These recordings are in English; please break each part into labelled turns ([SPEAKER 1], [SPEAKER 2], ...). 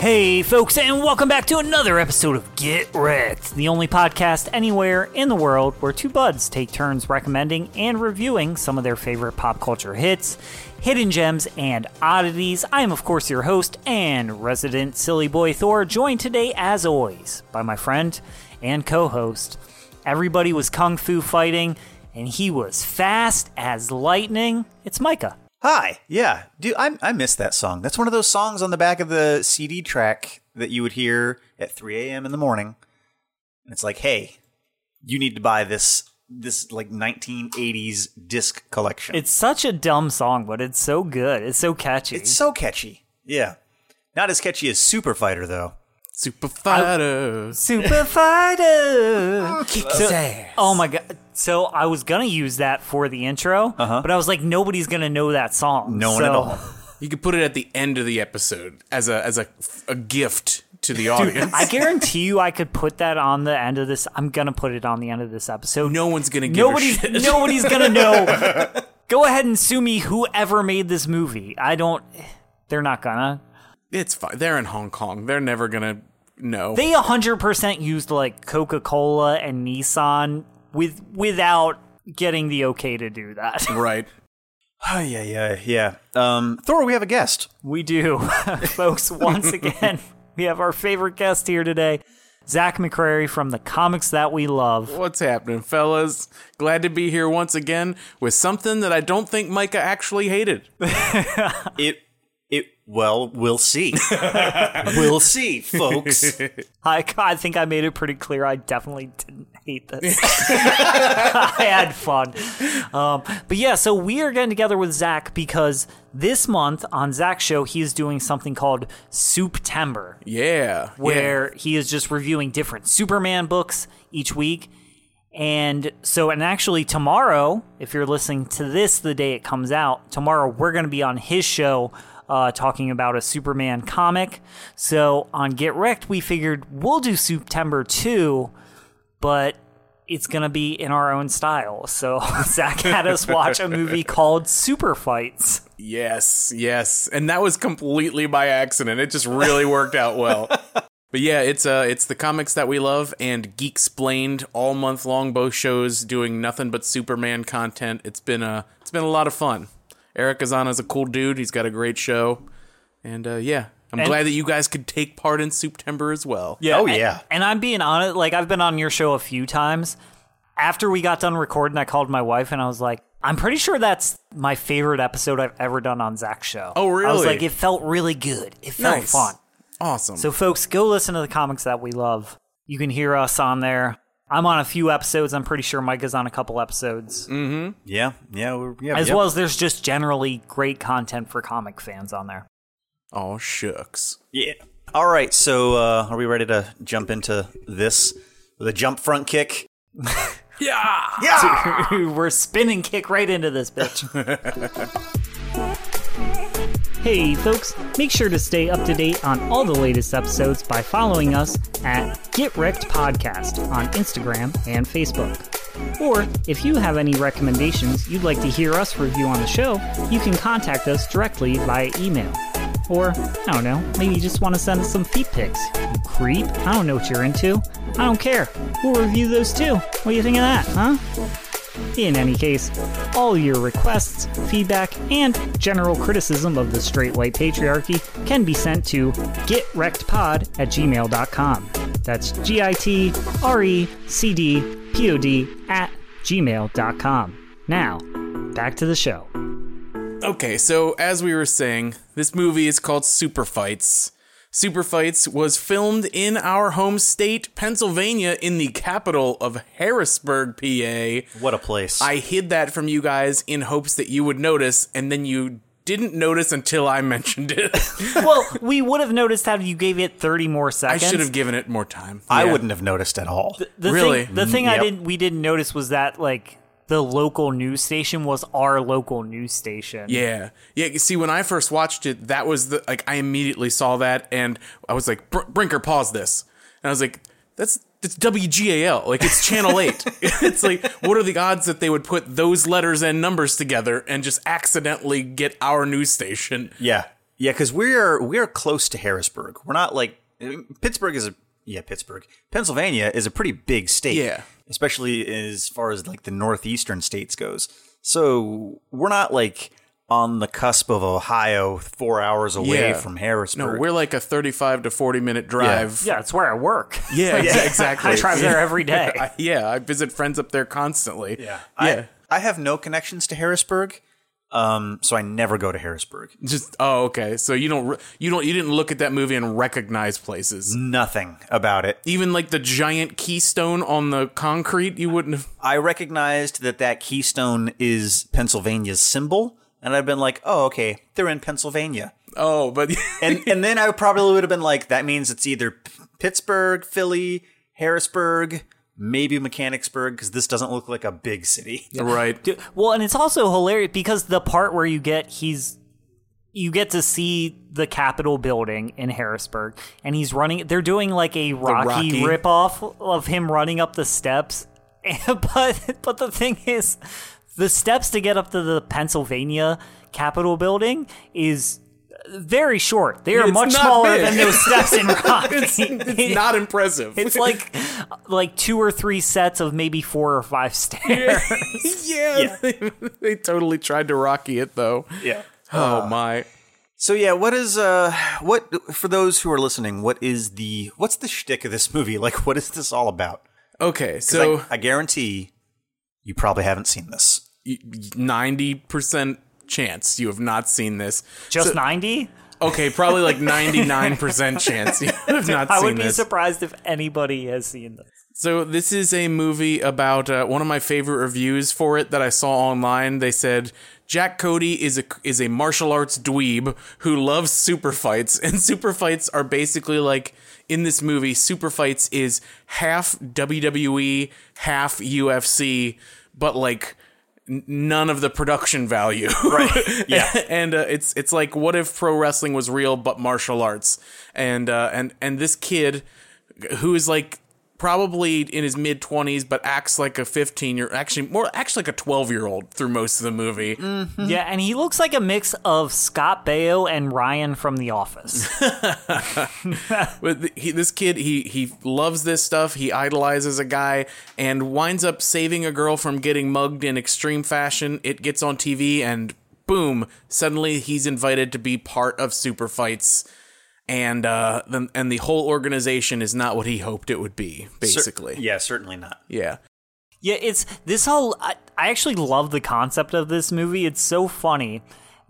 [SPEAKER 1] Hey, folks, and welcome back to another episode of Get Wrecked, the only podcast anywhere in the world where two buds take turns recommending and reviewing some of their favorite pop culture hits, hidden gems, and oddities. I am, of course, your host and resident silly boy Thor, joined today, as always, by my friend and co host. Everybody was kung fu fighting, and he was fast as lightning. It's Micah.
[SPEAKER 2] Hi. Yeah. Dude, I, I miss that song. That's one of those songs on the back of the CD track that you would hear at 3 a.m. in the morning. And it's like, hey, you need to buy this this like 1980s disc collection.
[SPEAKER 1] It's such a dumb song, but it's so good. It's so catchy.
[SPEAKER 2] it's so catchy. Yeah. Not as catchy as Super Fighter though.
[SPEAKER 3] Super fighter.
[SPEAKER 1] Super fighter.
[SPEAKER 2] Kick
[SPEAKER 1] oh my god. So I was gonna use that for the intro, but I was like, nobody's gonna know that song.
[SPEAKER 2] Uh-huh. No one
[SPEAKER 1] so,
[SPEAKER 2] at all.
[SPEAKER 3] You could put it at the end of the episode as a as a, a gift to the audience.
[SPEAKER 1] I guarantee you, I could put that on the end of this. I'm gonna put it on the end of this episode.
[SPEAKER 3] no one's gonna give
[SPEAKER 1] nobody's
[SPEAKER 3] a shit.
[SPEAKER 1] nobody's gonna know. Go ahead and sue me, whoever made this movie. I don't. They're not gonna.
[SPEAKER 3] It's fine. They're in Hong Kong. They're never gonna know.
[SPEAKER 1] They 100% used like Coca Cola and Nissan with without getting the okay to do that.
[SPEAKER 3] right.
[SPEAKER 2] Oh yeah, yeah, yeah. Um Thor, we have a guest.
[SPEAKER 1] We do, folks. Once again, we have our favorite guest here today, Zach McCrary from the comics that we love.
[SPEAKER 3] What's happening, fellas? Glad to be here once again with something that I don't think Micah actually hated.
[SPEAKER 2] It it well, we'll see. we'll see, folks.
[SPEAKER 1] I, I think I made it pretty clear. I definitely didn't hate this. I had fun. Um, but yeah, so we are getting together with Zach because this month on Zach's show, he is doing something called Souptember.
[SPEAKER 3] Yeah.
[SPEAKER 1] where he is just reviewing different Superman books each week. And so, and actually, tomorrow, if you're listening to this the day it comes out, tomorrow we're going to be on his show uh, talking about a Superman comic. So, on Get Wrecked, we figured we'll do September 2, but it's going to be in our own style. So, Zach had us watch a movie called Super Fights.
[SPEAKER 3] Yes, yes. And that was completely by accident. It just really worked out well. But yeah, it's uh it's the comics that we love and Geek Explained all month long, both shows doing nothing but Superman content. It's been a it's been a lot of fun. Eric Azana's a cool dude. He's got a great show. And uh yeah, I'm
[SPEAKER 1] And-
[SPEAKER 3] glad that you guys could take part in September as well.
[SPEAKER 1] Yeah.
[SPEAKER 2] Oh,
[SPEAKER 1] and-
[SPEAKER 2] yeah.
[SPEAKER 1] And, I'm being honest, like I've been on your show a few times. After we got done recording, I called my wife and I was like, I'm pretty sure that's my favorite episode I've ever done on Zach's show.
[SPEAKER 3] Oh,
[SPEAKER 1] I was
[SPEAKER 3] really?
[SPEAKER 1] like, it felt really good. It felt
[SPEAKER 3] Nice.
[SPEAKER 1] fun.
[SPEAKER 3] Awesome.
[SPEAKER 1] So, folks, go listen to the comics that we love. You can hear us on there. I'm on a few episodes. I'm pretty sure Mike is on a couple episodes.
[SPEAKER 3] Mm,
[SPEAKER 2] Yeah, yeah, we're, yeah.
[SPEAKER 1] As
[SPEAKER 2] yeah.
[SPEAKER 1] well as there's just generally great content for comic fans on there.
[SPEAKER 3] oh shucks.
[SPEAKER 2] Yeah. All right. So, uh, are we ready to jump into this with a jump front kick?
[SPEAKER 3] Yeah.
[SPEAKER 1] We're spinning kick right into this bitch. hey, folks, make sure to stay up to date on all the latest episodes by following us at Get Wrecked Podcast on Instagram and Facebook. Or if you have any recommendations you'd like to hear us review on the show, you can contact us directly via email. Or, I don't know, maybe you just want to send us some feet pics. You creep. I don't know what you're into. I don't care. We'll review those too. What do you think of that, huh? In any case, all your requests, feedback, and general criticism of the straight white patriarchy can be sent to getrectpod at gmail.com. That's G I T R E C D P O D at gmail.com. Now, back to the show.
[SPEAKER 3] Okay, so as we were saying, this movie is called Super Fights. Super Fights was filmed in our home state, Pennsylvania, in the capital of Harrisburg, PA.
[SPEAKER 2] What a place!
[SPEAKER 3] I hid that from you guys in hopes that you would notice, and then you didn't notice until I mentioned it.
[SPEAKER 1] Well, we would have noticed how you gave it 30 more
[SPEAKER 3] I
[SPEAKER 1] seconds.
[SPEAKER 3] should have given it more time.
[SPEAKER 2] I
[SPEAKER 3] Yeah.
[SPEAKER 2] wouldn't have noticed at all.
[SPEAKER 1] The
[SPEAKER 3] Really?
[SPEAKER 1] Thing, the thing I
[SPEAKER 2] Yep.
[SPEAKER 1] didn't we didn't notice was that like the local news station was our local news station.
[SPEAKER 3] Yeah. Yeah. you See, when I first watched it, that was the, like, I immediately saw that and I was like, Br- Brinker, pause this. And I was like, that's, that's WGAL. Like, it's Channel 8. it's like, what are the odds that they would put those letters and numbers together and just accidentally get our news station?
[SPEAKER 2] yeah, yeah, because we're we're close to Harrisburg. We're not like I mean, Pittsburgh is a yeah, Pittsburgh. Pennsylvania is a pretty big state.
[SPEAKER 3] Yeah.
[SPEAKER 2] Especially as far as like the northeastern states goes. So we're not like on the cusp of Ohio, four hours away
[SPEAKER 3] Yeah.
[SPEAKER 2] from Harrisburg.
[SPEAKER 3] No, we're like a 35 to 40 minute drive.
[SPEAKER 1] Yeah, it's where I work.
[SPEAKER 3] Yeah,
[SPEAKER 2] Yeah.
[SPEAKER 3] ex- exactly.
[SPEAKER 1] I drive there every day.
[SPEAKER 3] I- yeah, I visit friends up there constantly.
[SPEAKER 2] yeah.
[SPEAKER 3] Yeah.
[SPEAKER 2] I, I have no connections to Harrisburg. Um, so I never go to Harrisburg.
[SPEAKER 3] Just oh, okay. So you don't re- you don't you didn't look at that movie and recognize places.
[SPEAKER 2] Nothing about it.
[SPEAKER 3] Even like the giant keystone on the concrete, you wouldn't have
[SPEAKER 2] I recognized that that keystone is Pennsylvania's symbol, and I've been like, "Oh, okay, they're in Pennsylvania."
[SPEAKER 3] Oh, but
[SPEAKER 2] And and then I probably would have been like, "That means it's either P- Pittsburgh, Philly, Harrisburg, maybe Mechanicsburg, because this doesn't look like a big city."
[SPEAKER 3] right.
[SPEAKER 1] Do- Well, and it's also hilarious because the part where you get he's you get to see the Capitol building in Harrisburg, and he's running. They're doing like a Rocky,
[SPEAKER 3] Rocky.
[SPEAKER 1] ripoff of him running up the steps, but but the thing is, the steps to get up to the Pennsylvania Capitol building is very short. They are
[SPEAKER 3] It's
[SPEAKER 1] much
[SPEAKER 3] not
[SPEAKER 1] smaller
[SPEAKER 3] big.
[SPEAKER 1] than those steps in Rocky.
[SPEAKER 3] It's, it's not impressive.
[SPEAKER 1] It's like like two or three sets of maybe four or five stairs.
[SPEAKER 3] yeah, They, they totally tried to Rocky it though.
[SPEAKER 2] Yeah.
[SPEAKER 1] Ah.
[SPEAKER 3] Oh my.
[SPEAKER 2] So yeah, what is uh what for those who are listening? What is the what's the shtick of this movie? Like, what is this all about?
[SPEAKER 3] Okay,
[SPEAKER 2] So
[SPEAKER 3] so
[SPEAKER 2] I, I guarantee you probably haven't seen this.
[SPEAKER 3] ninety percent chance you have not seen this.
[SPEAKER 1] Just
[SPEAKER 3] So-
[SPEAKER 1] 90?
[SPEAKER 3] Okay, probably like ninety nine percent chance you have not
[SPEAKER 1] I
[SPEAKER 3] seen
[SPEAKER 1] would be
[SPEAKER 3] this.
[SPEAKER 1] surprised if anybody has seen this.
[SPEAKER 3] So this is a movie about uh, one of my favorite reviews for it that I saw online. They said Jack Cody is a is a martial arts dweeb who loves super fights, and super fights are basically like in this movie. Super fights is half WWE, half UFC, but like n- none of the production value. Right.
[SPEAKER 2] Yeah.
[SPEAKER 3] and uh, it's it's like what if pro wrestling was real but martial arts? And uh, and and this kid who is like probably in his mid 20s but acts like a 15 year actually more acts like a 12 year old through most of the movie.
[SPEAKER 1] Yeah, and he looks like a mix of Scott Baio and Ryan from The Office.
[SPEAKER 3] But th- he, this kid he he loves this stuff. He idolizes a guy and winds up saving a girl from getting mugged in extreme fashion. It gets on TV and boom, suddenly he's invited to be part of super fights. And uh, then and the whole organization is not what he hoped it would be,
[SPEAKER 2] Cer-
[SPEAKER 3] basically.
[SPEAKER 2] yeah, certainly not.
[SPEAKER 3] yeah.
[SPEAKER 1] yeah, it's this whole. I, I actually love the concept of this movie. It's so funny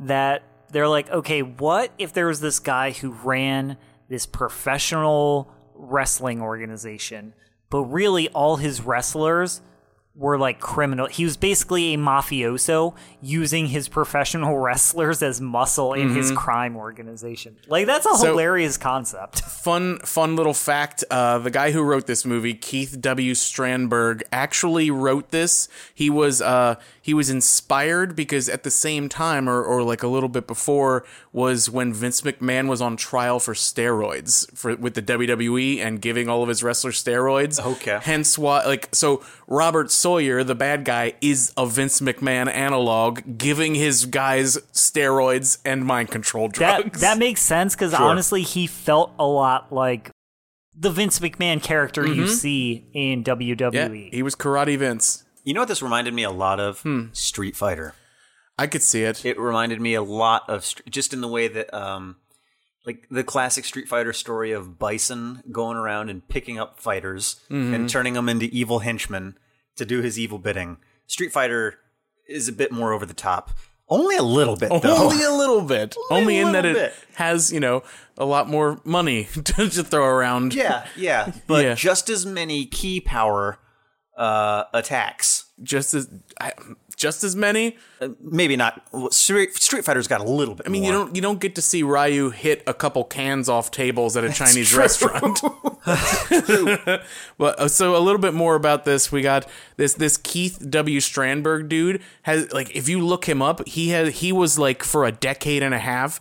[SPEAKER 1] that they're like, okay, what if there was this guy who ran this professional wrestling organization, but really all his wrestlers were like criminal. He was basically a mafioso using his professional wrestlers as muscle in his crime organization. Like that's a
[SPEAKER 3] So-
[SPEAKER 1] hilarious concept.
[SPEAKER 3] fun fun little fact uh, the guy who wrote this movie keith w strandberg actually wrote this he was uh, he was inspired because at the same time or, or like a little bit before was when vince mcmahon was on trial for steroids for with the wwe and giving all of his wrestlers steroids
[SPEAKER 2] Okay.
[SPEAKER 3] hence why like so robert sawyer the bad guy is a vince mcmahon analog giving his guys steroids and mind control
[SPEAKER 1] That
[SPEAKER 3] drugs
[SPEAKER 1] that makes sense because honestly, he felt a lot like the Vince McMahon character you see in
[SPEAKER 3] Mm-hmm.
[SPEAKER 1] E.
[SPEAKER 3] yeah,
[SPEAKER 1] WWE.
[SPEAKER 3] he was karate vince
[SPEAKER 2] You know what this reminded me a lot of? Street Fighter.
[SPEAKER 3] I could see it.
[SPEAKER 2] It reminded me a lot of Str- just in the way that, um, like the classic Street Fighter story of Bison going around and picking up fighters and turning them into evil henchmen to do his evil bidding. Street Fighter is a bit more over the top, only a little bit though.
[SPEAKER 3] Only a little bit. Only, in
[SPEAKER 2] little
[SPEAKER 3] that it
[SPEAKER 2] bit.
[SPEAKER 3] has, you know, a lot more money to, to throw around.
[SPEAKER 2] yeah, yeah, but
[SPEAKER 3] Yeah.
[SPEAKER 2] just as many key power uh, attacks.
[SPEAKER 3] Just as I, just as many.
[SPEAKER 2] Maybe not. well, Street, Street Fighter's got a little bit.
[SPEAKER 3] I mean, you don't you don't get to see Ryu hit a couple cans off tables at a Chinese restaurant. Well, uh, so a little bit more about this. We got this this Keith W. Strandberg dude has like if you look him up, he has he was like for a decade and a half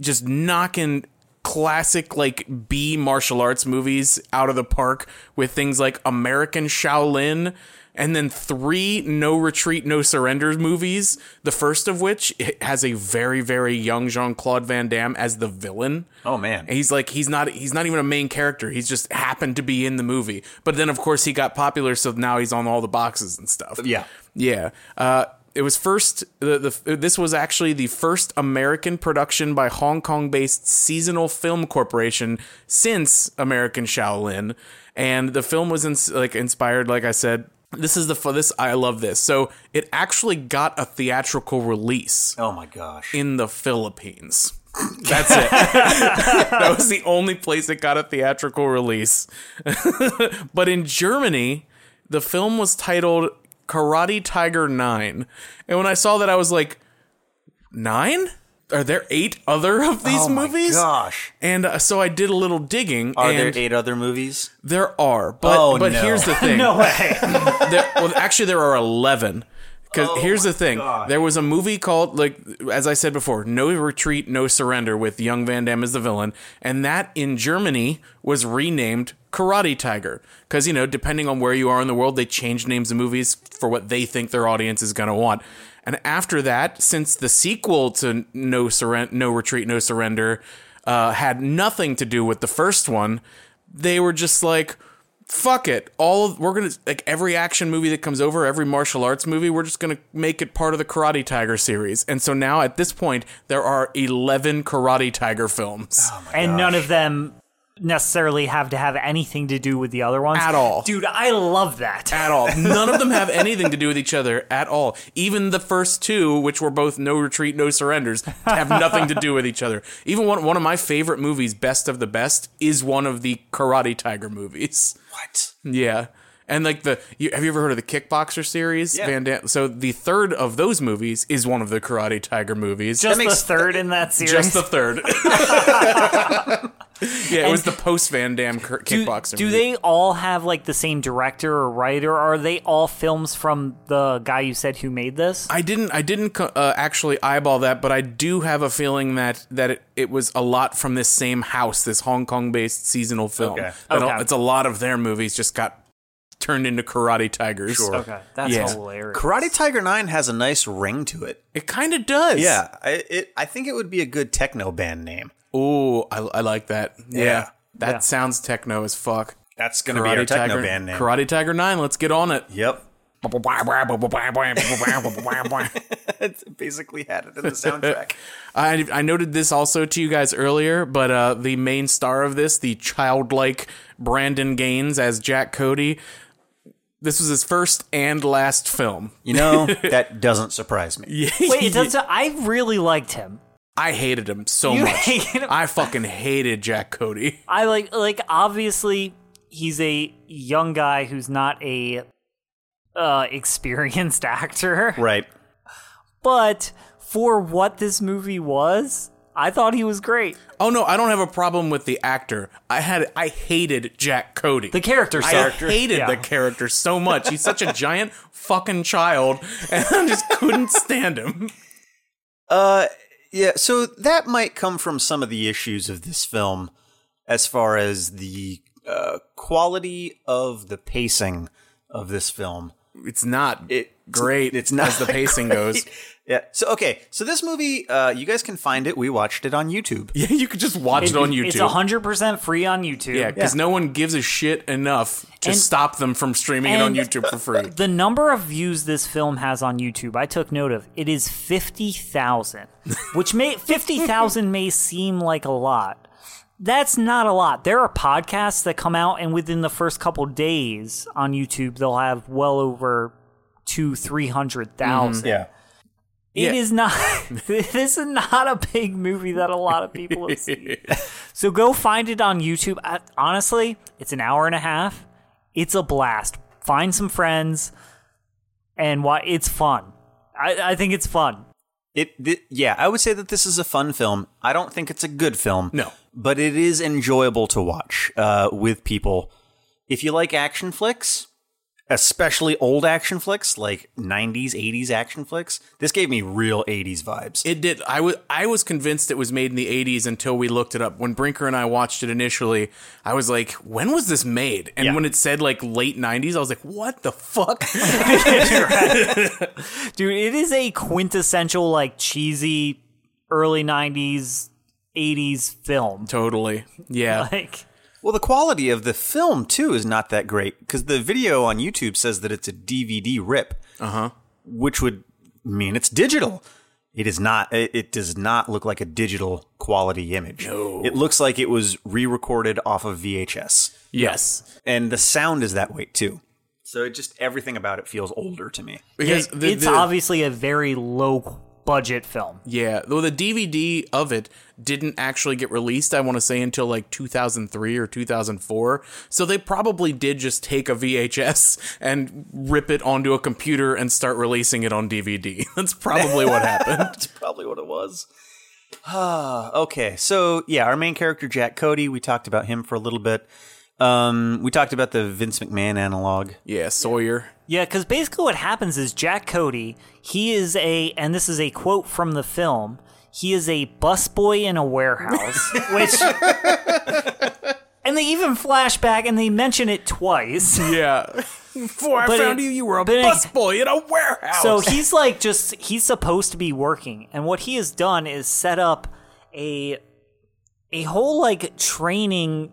[SPEAKER 3] just knocking classic like B martial arts movies out of the park with things like American Shaolin and then three No Retreat No Surrenders movies, the first of which it has a very very young Jean-Claude Van Damme as the villain.
[SPEAKER 2] Oh man.
[SPEAKER 3] And he's like he's not he's not even a main character. He's just happened to be in the movie. But then of course he got popular so now he's on all the boxes and stuff.
[SPEAKER 2] Yeah.
[SPEAKER 3] Yeah. Uh, it was first. The, the this was actually the first American production by Hong Kong-based Seasonal Film Corporation since American Shaolin, and the film was ins- like inspired. Like I said, this is the fu- this I love this. So it actually got a theatrical release
[SPEAKER 2] Oh my gosh.
[SPEAKER 3] in the Philippines. That's it. that was the only place it got a theatrical release. but in Germany, the film was titled Karate Tiger 9. And when I saw that, I was like, Nine? Are there eight other of these
[SPEAKER 2] oh
[SPEAKER 3] movies?
[SPEAKER 2] my gosh.
[SPEAKER 3] And uh, so I did a little digging,
[SPEAKER 2] Are
[SPEAKER 3] and
[SPEAKER 2] there
[SPEAKER 3] there,
[SPEAKER 2] eight other movies?
[SPEAKER 3] are. But,
[SPEAKER 2] Oh,
[SPEAKER 3] but
[SPEAKER 2] no.
[SPEAKER 3] here's the thing
[SPEAKER 1] No way.
[SPEAKER 3] there, well, actually, there are eleven. Because here's the thing: there was a movie called, like, as I said before, "No Retreat, No Surrender" with Young Van Damme as the villain, and that in Germany was renamed Karate Tiger. Because you know, depending on where you are in the world, they change names of movies for what they think their audience is going to want. And after that, since the sequel to No Surrender, No Retreat, No Surrender uh, had nothing to do with the first one, they were just like, fuck it all we're gonna like every action movie that comes over every martial arts movie we're just gonna make it part of the karate tiger series and so now at this point there are 11 karate tiger films
[SPEAKER 1] and none of them necessarily have to have anything to do with the other ones
[SPEAKER 3] At all.
[SPEAKER 1] Dude, I love that.
[SPEAKER 3] at all none of them have anything to do with each other at all even the first two which were both no retreat no surrenders have nothing to do with each other even one, one of my favorite movies best of the best is one of the karate tiger movies
[SPEAKER 2] What?
[SPEAKER 3] Yeah. And like the you, have you ever heard of the Kickboxer series?
[SPEAKER 2] Yeah.
[SPEAKER 3] Van Damme. So the third of those movies is one of the Karate Tiger movies.
[SPEAKER 1] Just
[SPEAKER 2] makes-
[SPEAKER 1] the third in that series.
[SPEAKER 3] Just the third. yeah, it was the post Van Damme cur-
[SPEAKER 1] do,
[SPEAKER 3] Kickboxer.
[SPEAKER 1] do
[SPEAKER 3] movie.
[SPEAKER 1] they all have like the same director or writer? Or are they all films from the guy you said who made this?
[SPEAKER 3] I didn't. I didn't co- uh, actually eyeball that, but I do have a feeling that that it, it was a lot from this same house, this Hong Kong-based seasonal film.
[SPEAKER 2] Okay.
[SPEAKER 3] That a-
[SPEAKER 1] Okay.
[SPEAKER 3] It's a lot of their movies just got turned into Karate Tigers.
[SPEAKER 2] Sure.
[SPEAKER 1] okay, that's
[SPEAKER 3] Yeah.
[SPEAKER 1] hilarious.
[SPEAKER 2] Karate Tiger 9 has a nice ring to it.
[SPEAKER 3] It kind of does.
[SPEAKER 2] Yeah, I, it, I think it would be a good techno band name.
[SPEAKER 3] Ooh, I, I like that. Yeah.
[SPEAKER 2] Yeah.
[SPEAKER 3] That
[SPEAKER 1] Yeah.
[SPEAKER 3] sounds techno as fuck.
[SPEAKER 2] That's going to be our techno
[SPEAKER 3] Tiger,
[SPEAKER 2] band name.
[SPEAKER 3] Karate Tiger 9, let's get on it.
[SPEAKER 2] Yep. It basically had it in the soundtrack.
[SPEAKER 3] I, I noted this also to you guys earlier, but uh, the main star of this, the childlike Brandon Gaines as Jack Cody, this was his first and last film.
[SPEAKER 2] you know, that doesn't surprise me.
[SPEAKER 1] Wait, it does. I really liked him.
[SPEAKER 3] I hated him so
[SPEAKER 1] You
[SPEAKER 3] much.
[SPEAKER 1] hated him?
[SPEAKER 3] I fucking hated Jack Cody.
[SPEAKER 1] I like like obviously he's a young guy who's not a uh experienced actor.
[SPEAKER 2] Right.
[SPEAKER 1] But for what this movie was, I thought he was great.
[SPEAKER 3] Oh no, I don't have a problem with the actor. I had I hated Jack Cody.
[SPEAKER 1] The character
[SPEAKER 3] I
[SPEAKER 1] character.
[SPEAKER 3] hated
[SPEAKER 1] Yeah.
[SPEAKER 3] the character so much. He's such a giant fucking child, and I just couldn't stand him.
[SPEAKER 2] Uh, yeah. So that might come from some of the issues of this film, as far as the uh, quality of the pacing of this film.
[SPEAKER 3] It's not
[SPEAKER 2] It-
[SPEAKER 3] great.
[SPEAKER 2] it's not
[SPEAKER 3] as the pacing goes.
[SPEAKER 2] Yeah. So okay. So this movie, uh, you guys can find it. We watched it on YouTube.
[SPEAKER 3] Yeah, you could just watch it, on YouTube.
[SPEAKER 1] It's hundred percent free on YouTube.
[SPEAKER 3] yeah, because no one gives a shit enough to
[SPEAKER 1] And-
[SPEAKER 3] stop them from streaming it
[SPEAKER 1] and-
[SPEAKER 3] on YouTube for free.
[SPEAKER 1] The number of views this film has on YouTube, I took note of. It is fifty thousand, which may fifty thousand may seem like a lot. That's not a lot. There are podcasts that come out, and within the first couple days on YouTube, they'll have well over two, three hundred thousand.
[SPEAKER 2] Yeah.
[SPEAKER 1] It
[SPEAKER 3] Yeah.
[SPEAKER 1] is not. this is not a big movie that a lot of people have seen. so go find it on YouTube. I, honestly, it's an hour and a half. It's a blast. Find some friends, and why it's fun. I, I think it's fun.
[SPEAKER 2] It. Th- yeah. I would say that this is a fun film. I don't think it's a good film.
[SPEAKER 3] No.
[SPEAKER 2] But it is enjoyable to watch uh, with people. If you like action flicks, especially old action flicks, like 90s, 80s action flicks. This gave me real 80s vibes.
[SPEAKER 3] It did. I was I was convinced it was made in the '80s until we looked it up. When Brinker and I watched it initially, I was like, "When was this made?" And
[SPEAKER 2] Yeah.
[SPEAKER 3] when it said like late '90s, I was like, "What the fuck?"
[SPEAKER 1] Dude, it is a quintessential like cheesy early 90s 80s film.
[SPEAKER 3] totally. Yeah.
[SPEAKER 1] Like
[SPEAKER 2] Well, the quality of the film too is not that great because the video on YouTube says that it's a DVD rip, uh-huh. which would mean it's digital. It is not. It it does not look like a digital quality image. No. It looks like it was re-recorded off of VHS,
[SPEAKER 3] Yes.
[SPEAKER 2] and the sound is that way too. So it just everything about it feels older to me.
[SPEAKER 3] Because
[SPEAKER 1] it-
[SPEAKER 3] the-
[SPEAKER 1] it's
[SPEAKER 3] the-
[SPEAKER 1] obviously a very low budget film.
[SPEAKER 3] Yeah, though the DVD of it didn't actually get released, I want to say, until like 2003 or 2004. So they probably did just take a VHS and rip it onto a computer and start releasing it on DVD. That's probably what happened.
[SPEAKER 2] That's probably what it was. Ah, okay, so yeah, our main character Jack Cody. We talked about him for a little bit. Um, we talked about the Vince McMahon analog.
[SPEAKER 3] Yeah, Sawyer.
[SPEAKER 1] Yeah, because basically what happens is Jack Cody, he is a, and this is a quote from the film, he is a busboy in a warehouse, which. And they even flash back and they mention it twice.
[SPEAKER 3] Yeah. Before I
[SPEAKER 1] But
[SPEAKER 3] found
[SPEAKER 1] it-
[SPEAKER 3] you, you were a
[SPEAKER 1] but it-
[SPEAKER 3] busboy in a warehouse.
[SPEAKER 1] So he's like just, he's supposed to be working. And what he has done is set up a. A whole like training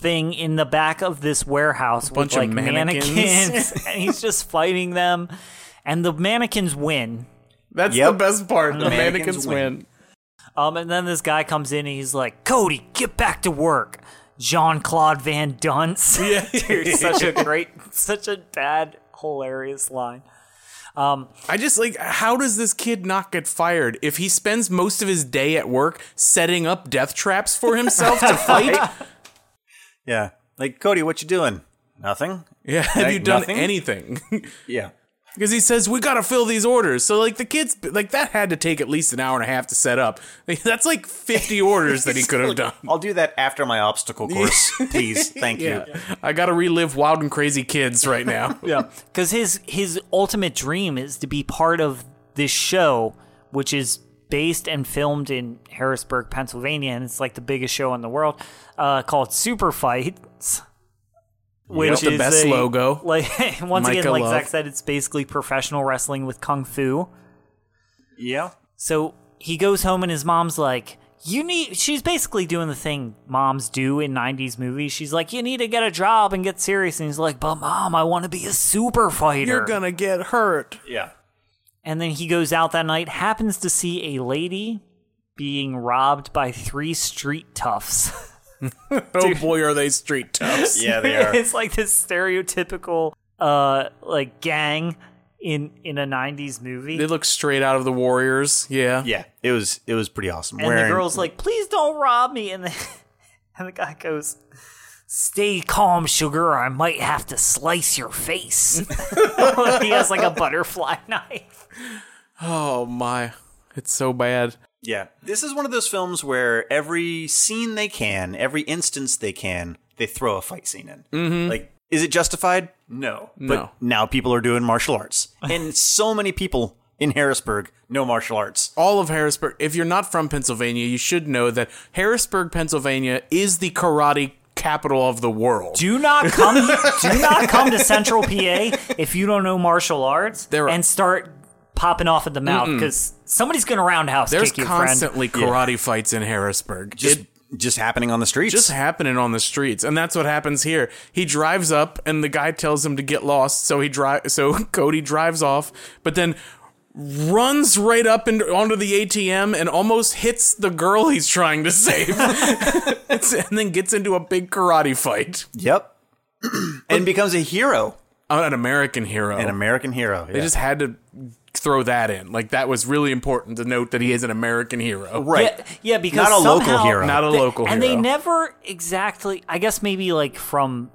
[SPEAKER 1] thing in the back of this warehouse
[SPEAKER 3] Bunch
[SPEAKER 1] with like
[SPEAKER 3] of mannequins.
[SPEAKER 1] mannequins and he's just fighting them and the mannequins win
[SPEAKER 3] That's
[SPEAKER 2] Yep.
[SPEAKER 3] the best part. The,
[SPEAKER 2] mannequins
[SPEAKER 3] mannequins, win.
[SPEAKER 2] win.
[SPEAKER 1] Um, and then this guy comes in and he's like, Cody, get back to work. Jean Claude Van Dunce. Yeah. Dude, such a great, such a bad, hilarious line.
[SPEAKER 3] I just like, how does this kid not get fired if he spends most of his day at work setting up death traps for himself to fight?
[SPEAKER 2] Yeah. Like, Cody, what you doing? Nothing.
[SPEAKER 3] Yeah, have
[SPEAKER 2] Like
[SPEAKER 3] you done
[SPEAKER 2] nothing?
[SPEAKER 3] anything?
[SPEAKER 2] Yeah.
[SPEAKER 3] Because he says we gotta fill these orders. So like the kids, like that had to take at least an hour and a half to set up. Like, that's like fifty orders that he could have done.
[SPEAKER 2] I'll do that after my obstacle course, please. Thank you.
[SPEAKER 3] I gotta relive Wild and Crazy Kids right now.
[SPEAKER 1] Yeah. Because his, his ultimate dream is to be part of this show, which is based and filmed in Harrisburg, Pennsylvania. And it's like the biggest show in the world uh, called Super Fights. Which
[SPEAKER 3] With the
[SPEAKER 1] is
[SPEAKER 3] best
[SPEAKER 1] a-
[SPEAKER 3] logo.
[SPEAKER 1] Like once
[SPEAKER 3] Micah
[SPEAKER 1] again, like
[SPEAKER 3] Love.
[SPEAKER 1] Zach said, it's basically professional wrestling with kung fu.
[SPEAKER 2] Yeah.
[SPEAKER 1] So he goes home and his mom's like, "You need." She's basically doing the thing moms do in '90s movies. She's like, "You need to get a job and get serious." And he's like, "But mom, I want to be a super fighter."
[SPEAKER 3] You're gonna get hurt.
[SPEAKER 2] Yeah.
[SPEAKER 1] and then he goes out that night, happens to see a lady being robbed by three street toughs.
[SPEAKER 3] Oh boy, are they street toughs.
[SPEAKER 2] Yeah, they are.
[SPEAKER 1] it's like this stereotypical, uh, like gang in in a '90s movie.
[SPEAKER 3] They look straight out of the Warriors. Yeah.
[SPEAKER 2] yeah. It was it was pretty awesome.
[SPEAKER 1] And
[SPEAKER 2] Wearing-
[SPEAKER 1] the girl's like, please don't rob me. And the, and the guy goes, stay calm, sugar, or I might have to slice your face. he has like a butterfly knife.
[SPEAKER 3] Oh my, it's so bad.
[SPEAKER 2] Yeah. This is one of those films where every scene they can, every instance they can, they throw a fight scene in. Mm-hmm. Like, is it justified? No.
[SPEAKER 3] No.
[SPEAKER 2] But now people are doing martial arts. and so many people in Harrisburg know martial arts.
[SPEAKER 3] all of Harrisburg. If you're not from Pennsylvania, you should know that Harrisburg, Pennsylvania is the karate capital of the world.
[SPEAKER 1] Do not come do not come to Central PA if you don't know martial arts
[SPEAKER 3] There are-
[SPEAKER 1] and start popping off at the mouth because somebody's gonna roundhouse
[SPEAKER 3] There's
[SPEAKER 1] kick you, friend.
[SPEAKER 3] constantly karate fights in Harrisburg.
[SPEAKER 2] Just
[SPEAKER 3] it
[SPEAKER 2] just happening on the streets.
[SPEAKER 3] just happening on the streets, and that's what happens here. He drives up, and the guy tells him to get lost. So he drive. So Cody drives off, but then runs right up and onto the ATM and almost hits the girl he's trying to save, and then gets into a big karate fight.
[SPEAKER 2] Yep. and becomes a hero.
[SPEAKER 3] An American hero.
[SPEAKER 2] An American hero.
[SPEAKER 3] They just had to throw that in. Like that was really important to note that he is an American hero.
[SPEAKER 2] right.
[SPEAKER 1] Yeah, yeah, because
[SPEAKER 2] Not a local
[SPEAKER 1] somehow-
[SPEAKER 2] hero.
[SPEAKER 3] Not a
[SPEAKER 1] They-
[SPEAKER 3] local
[SPEAKER 1] and
[SPEAKER 3] hero.
[SPEAKER 1] they never exactly i guess maybe like from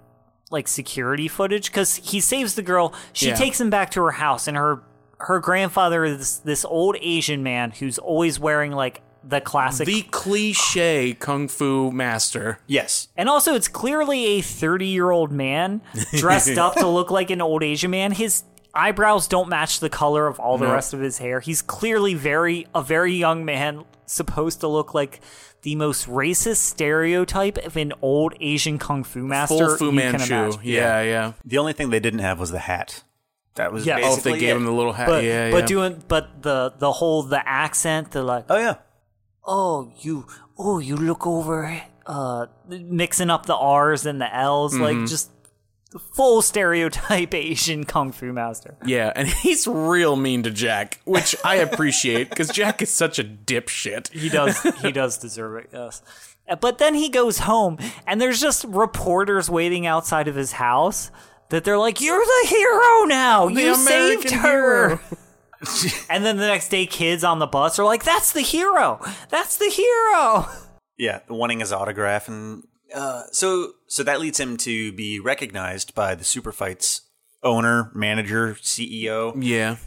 [SPEAKER 1] like security footage because he saves the girl she
[SPEAKER 3] Yeah.
[SPEAKER 1] takes him back to her house and her her grandfather is this, this old asian man who's always wearing like the classic.
[SPEAKER 3] The cliche kung fu master.
[SPEAKER 2] Yes.
[SPEAKER 1] and also, it's clearly a 30 year old man dressed up to look like an old Asian man. His eyebrows don't match the color of all the rest of his hair. He's clearly very a very young man, supposed to look like the most racist stereotype of an old Asian kung fu master.
[SPEAKER 3] Full Fu
[SPEAKER 1] you can
[SPEAKER 3] Manchu.
[SPEAKER 1] imagine.
[SPEAKER 3] Yeah, yeah.
[SPEAKER 2] The only thing they didn't have was the hat. That was
[SPEAKER 1] Yeah.
[SPEAKER 3] Oh,
[SPEAKER 2] basically
[SPEAKER 3] if they gave
[SPEAKER 2] it.
[SPEAKER 3] him the little hat.
[SPEAKER 1] But
[SPEAKER 3] yeah,
[SPEAKER 1] but
[SPEAKER 3] yeah.
[SPEAKER 1] doing but the the whole the accent the like
[SPEAKER 2] Oh yeah.
[SPEAKER 1] oh you oh you look over uh mixing up the r's and the l's
[SPEAKER 3] Mm-hmm.
[SPEAKER 1] like just full stereotype asian kung fu master
[SPEAKER 3] Yeah, and he's real mean to Jack, which I appreciate because Jack is such a dipshit.
[SPEAKER 1] he does he does deserve it yes Uh, but then he goes home and there's just reporters waiting outside of his house that they're like you're the hero now
[SPEAKER 3] The
[SPEAKER 1] you
[SPEAKER 3] American
[SPEAKER 1] saved her
[SPEAKER 3] hero."
[SPEAKER 1] and then the next day kids on the bus are like that's the hero that's the hero
[SPEAKER 2] Yeah, wanting his autograph, and uh, so so that leads him to be recognized by the Super Fights owner, manager, CEO,
[SPEAKER 3] Yeah.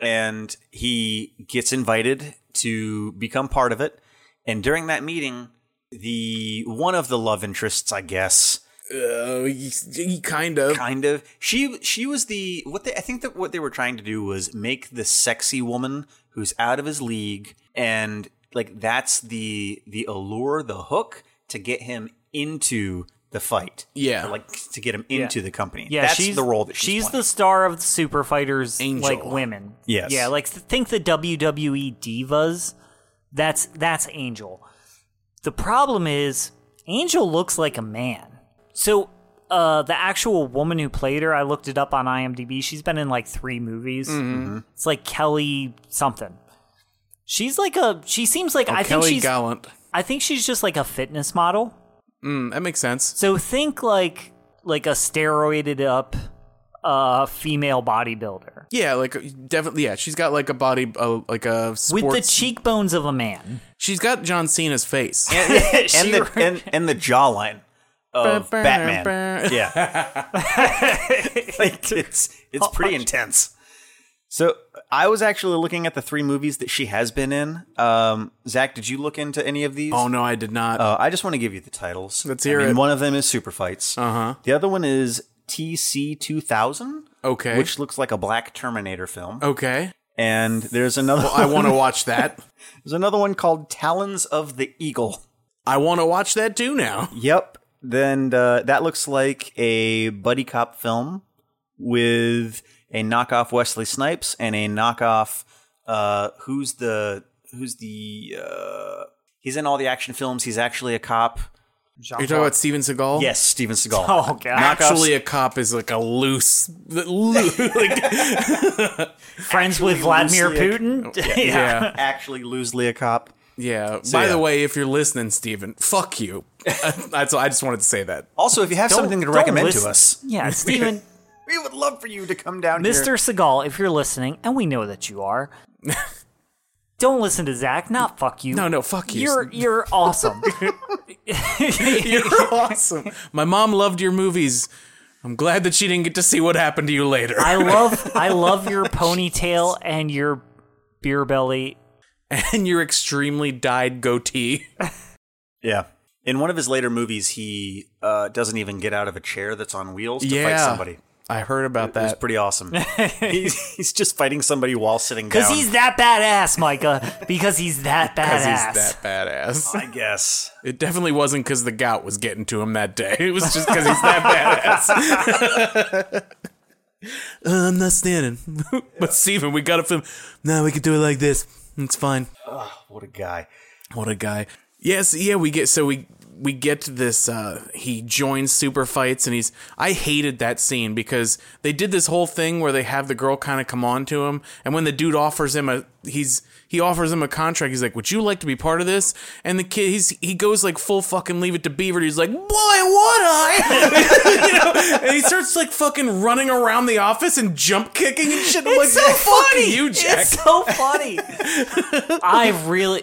[SPEAKER 2] and he gets invited to become part of it. And during that meeting, the one of the love interests, I guess,
[SPEAKER 3] Uh, he, he kind of.
[SPEAKER 2] kind of she she was the what they, I think that what they were trying to do was make the sexy woman who's out of his league and like that's the the allure the hook to get him into the fight
[SPEAKER 3] Yeah.
[SPEAKER 2] Or, like to get him into the company
[SPEAKER 1] Yeah,
[SPEAKER 2] that's
[SPEAKER 1] she's
[SPEAKER 2] the role that she's,
[SPEAKER 1] she's the star of the Super Fighters,
[SPEAKER 3] Angel.
[SPEAKER 1] like women.
[SPEAKER 2] Yes.
[SPEAKER 1] yeah, like th- think the WWE divas. That's that's Angel. The problem is Angel looks like a man. So uh, the actual woman who played her, I looked it up on IMDb. She's been in like three movies.
[SPEAKER 2] Mm-hmm.
[SPEAKER 1] It's like Kelly something. She's like a. She seems like
[SPEAKER 3] Oh,
[SPEAKER 1] I think
[SPEAKER 3] Kelly
[SPEAKER 1] she's.
[SPEAKER 3] Gallant.
[SPEAKER 1] I think she's just like a fitness model.
[SPEAKER 3] Mm, that makes sense.
[SPEAKER 1] So think like like a steroided up uh female bodybuilder
[SPEAKER 3] Yeah, like definitely. Yeah, she's got like a body, uh, like a sports.
[SPEAKER 1] with the cheekbones of a man.
[SPEAKER 3] She's got John Cena's face.
[SPEAKER 2] and, and the and, and the jawline of
[SPEAKER 3] Ba-ba-da-ba.
[SPEAKER 2] Batman yeah like it's it's pretty intense so I was actually looking at the three movies that she has been in. Um, Zach, did you look into any of these?
[SPEAKER 3] Oh no, I did not.
[SPEAKER 2] Uh, I just want to give you the titles.
[SPEAKER 3] Let's hear
[SPEAKER 2] I mean,
[SPEAKER 3] it. Uh-huh.
[SPEAKER 2] One of them is Super Fights. Uh huh. The other one is TC 2000.
[SPEAKER 3] Okay.
[SPEAKER 2] Which looks like a black Terminator film.
[SPEAKER 3] okay,
[SPEAKER 2] And there's another.
[SPEAKER 3] I want to watch that.
[SPEAKER 2] There's another one called Talons of the Eagle.
[SPEAKER 3] I want to watch that too now.
[SPEAKER 2] Yep. Then uh, that looks like a buddy cop film with a knockoff Wesley Snipes and a knockoff. Uh, who's the who's the uh, he's in all the action films. He's actually a cop.
[SPEAKER 3] Are you talking about Steven Seagal?
[SPEAKER 2] Yes, Steven Seagal.
[SPEAKER 1] Oh god.
[SPEAKER 2] Knockoffs-
[SPEAKER 3] Actually, a cop is like a loose, loose like,
[SPEAKER 1] Friends with Vladimir
[SPEAKER 2] loosely-
[SPEAKER 1] Putin? Yeah.
[SPEAKER 3] Oh, yeah.
[SPEAKER 2] actually loosely a cop.
[SPEAKER 3] Yeah. By
[SPEAKER 2] yeah.
[SPEAKER 3] the way, if you're listening, Steven, fuck you. That's I just wanted to say that.
[SPEAKER 2] Also, if you have something to
[SPEAKER 1] don't
[SPEAKER 2] recommend
[SPEAKER 1] listen-
[SPEAKER 2] to us,
[SPEAKER 1] Yeah, Steven,
[SPEAKER 2] we would love for you to come down
[SPEAKER 1] Mr.
[SPEAKER 2] here.
[SPEAKER 1] Seagal, if you're listening, and we know that you are, don't listen to Zach. Not fuck you.
[SPEAKER 3] No, no, fuck you.
[SPEAKER 1] You're you're awesome.
[SPEAKER 3] You're awesome. My mom loved your movies. I'm glad that she didn't get to see what happened to you later.
[SPEAKER 1] I love I love your ponytail and your beer belly.
[SPEAKER 3] and your extremely dyed goatee.
[SPEAKER 2] Yeah. In one of his later movies, he uh, doesn't even get out of a chair that's on wheels to fight
[SPEAKER 3] Yeah.
[SPEAKER 2] somebody.
[SPEAKER 3] I heard about
[SPEAKER 2] That was
[SPEAKER 3] that.
[SPEAKER 2] pretty awesome. he's, he's just fighting somebody while sitting down.
[SPEAKER 1] Because he's that badass, Micah. Because he's that
[SPEAKER 3] Because
[SPEAKER 1] badass.
[SPEAKER 3] he's that badass.
[SPEAKER 2] I guess.
[SPEAKER 3] It definitely wasn't because the gout was getting to him that day. It was just because he's that badass. Uh, I'm not standing. but Steven, we gotta film. No, we could do it like this. It's fine.
[SPEAKER 2] What a guy.
[SPEAKER 3] What a guy. Yes, yeah, we get so we we get to this uh he joins super fights and he's I hated that scene because they did this whole thing where they have the girl kind of come on to him and when the dude offers him a he's he offers him a contract he's like would you like to be part of this and the kid he's he goes like full fucking leave it to beaver he's like boy would I you know and he starts like fucking running around the office and jump kicking and shit I'm like
[SPEAKER 1] so
[SPEAKER 3] "No, fuck
[SPEAKER 1] funny.
[SPEAKER 3] you Jack
[SPEAKER 1] It's so funny. I really,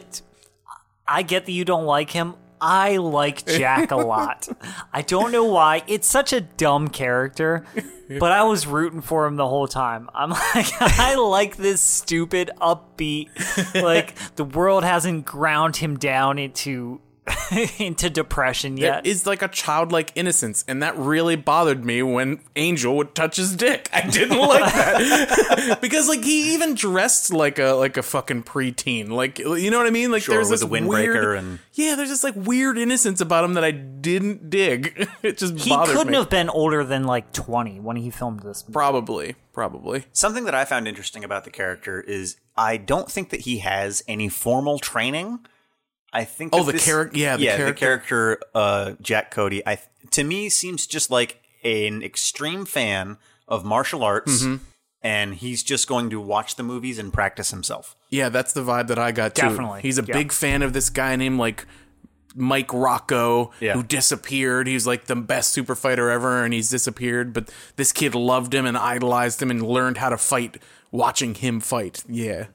[SPEAKER 1] I get that you don't like him. I like Jack a lot. I don't know why. It's such a dumb character, But I was rooting for him the whole time. I'm like, I like this stupid upbeat. Like the world hasn't ground him down into into depression
[SPEAKER 3] There
[SPEAKER 1] yet.
[SPEAKER 3] is like a childlike innocence, and that really bothered me when Angel would touch his dick. I didn't like that because like he even dressed like a like a fucking preteen, like you know what I mean? Like
[SPEAKER 2] Sure,
[SPEAKER 3] there's
[SPEAKER 2] with
[SPEAKER 3] this
[SPEAKER 2] the windbreaker
[SPEAKER 3] weird,
[SPEAKER 2] and-
[SPEAKER 3] yeah, there's this like weird innocence about him that I didn't dig. it just
[SPEAKER 1] he
[SPEAKER 3] bothered
[SPEAKER 1] couldn't
[SPEAKER 3] me.
[SPEAKER 1] have been older than like 20 when he filmed this. movie.
[SPEAKER 3] probably probably
[SPEAKER 2] Something that I found interesting about the character is I don't think that he has any formal training. I think
[SPEAKER 3] Oh,
[SPEAKER 2] that
[SPEAKER 3] the
[SPEAKER 2] this-
[SPEAKER 3] charac- yeah, the
[SPEAKER 2] yeah
[SPEAKER 3] character.
[SPEAKER 2] character, uh, Jack Cody. I th- to me seems just like an extreme fan of martial arts,
[SPEAKER 3] Mm-hmm.
[SPEAKER 2] and he's just going to watch the movies and practice himself.
[SPEAKER 3] yeah. That's the vibe that I got too.
[SPEAKER 1] Definitely,
[SPEAKER 3] he's a
[SPEAKER 1] yeah.
[SPEAKER 3] big fan of this guy named like Mike Rocco,
[SPEAKER 2] Yeah.
[SPEAKER 3] who disappeared. He was like the best super fighter ever, and he's disappeared. But this kid loved him and idolized him and learned how to fight watching him fight. Yeah.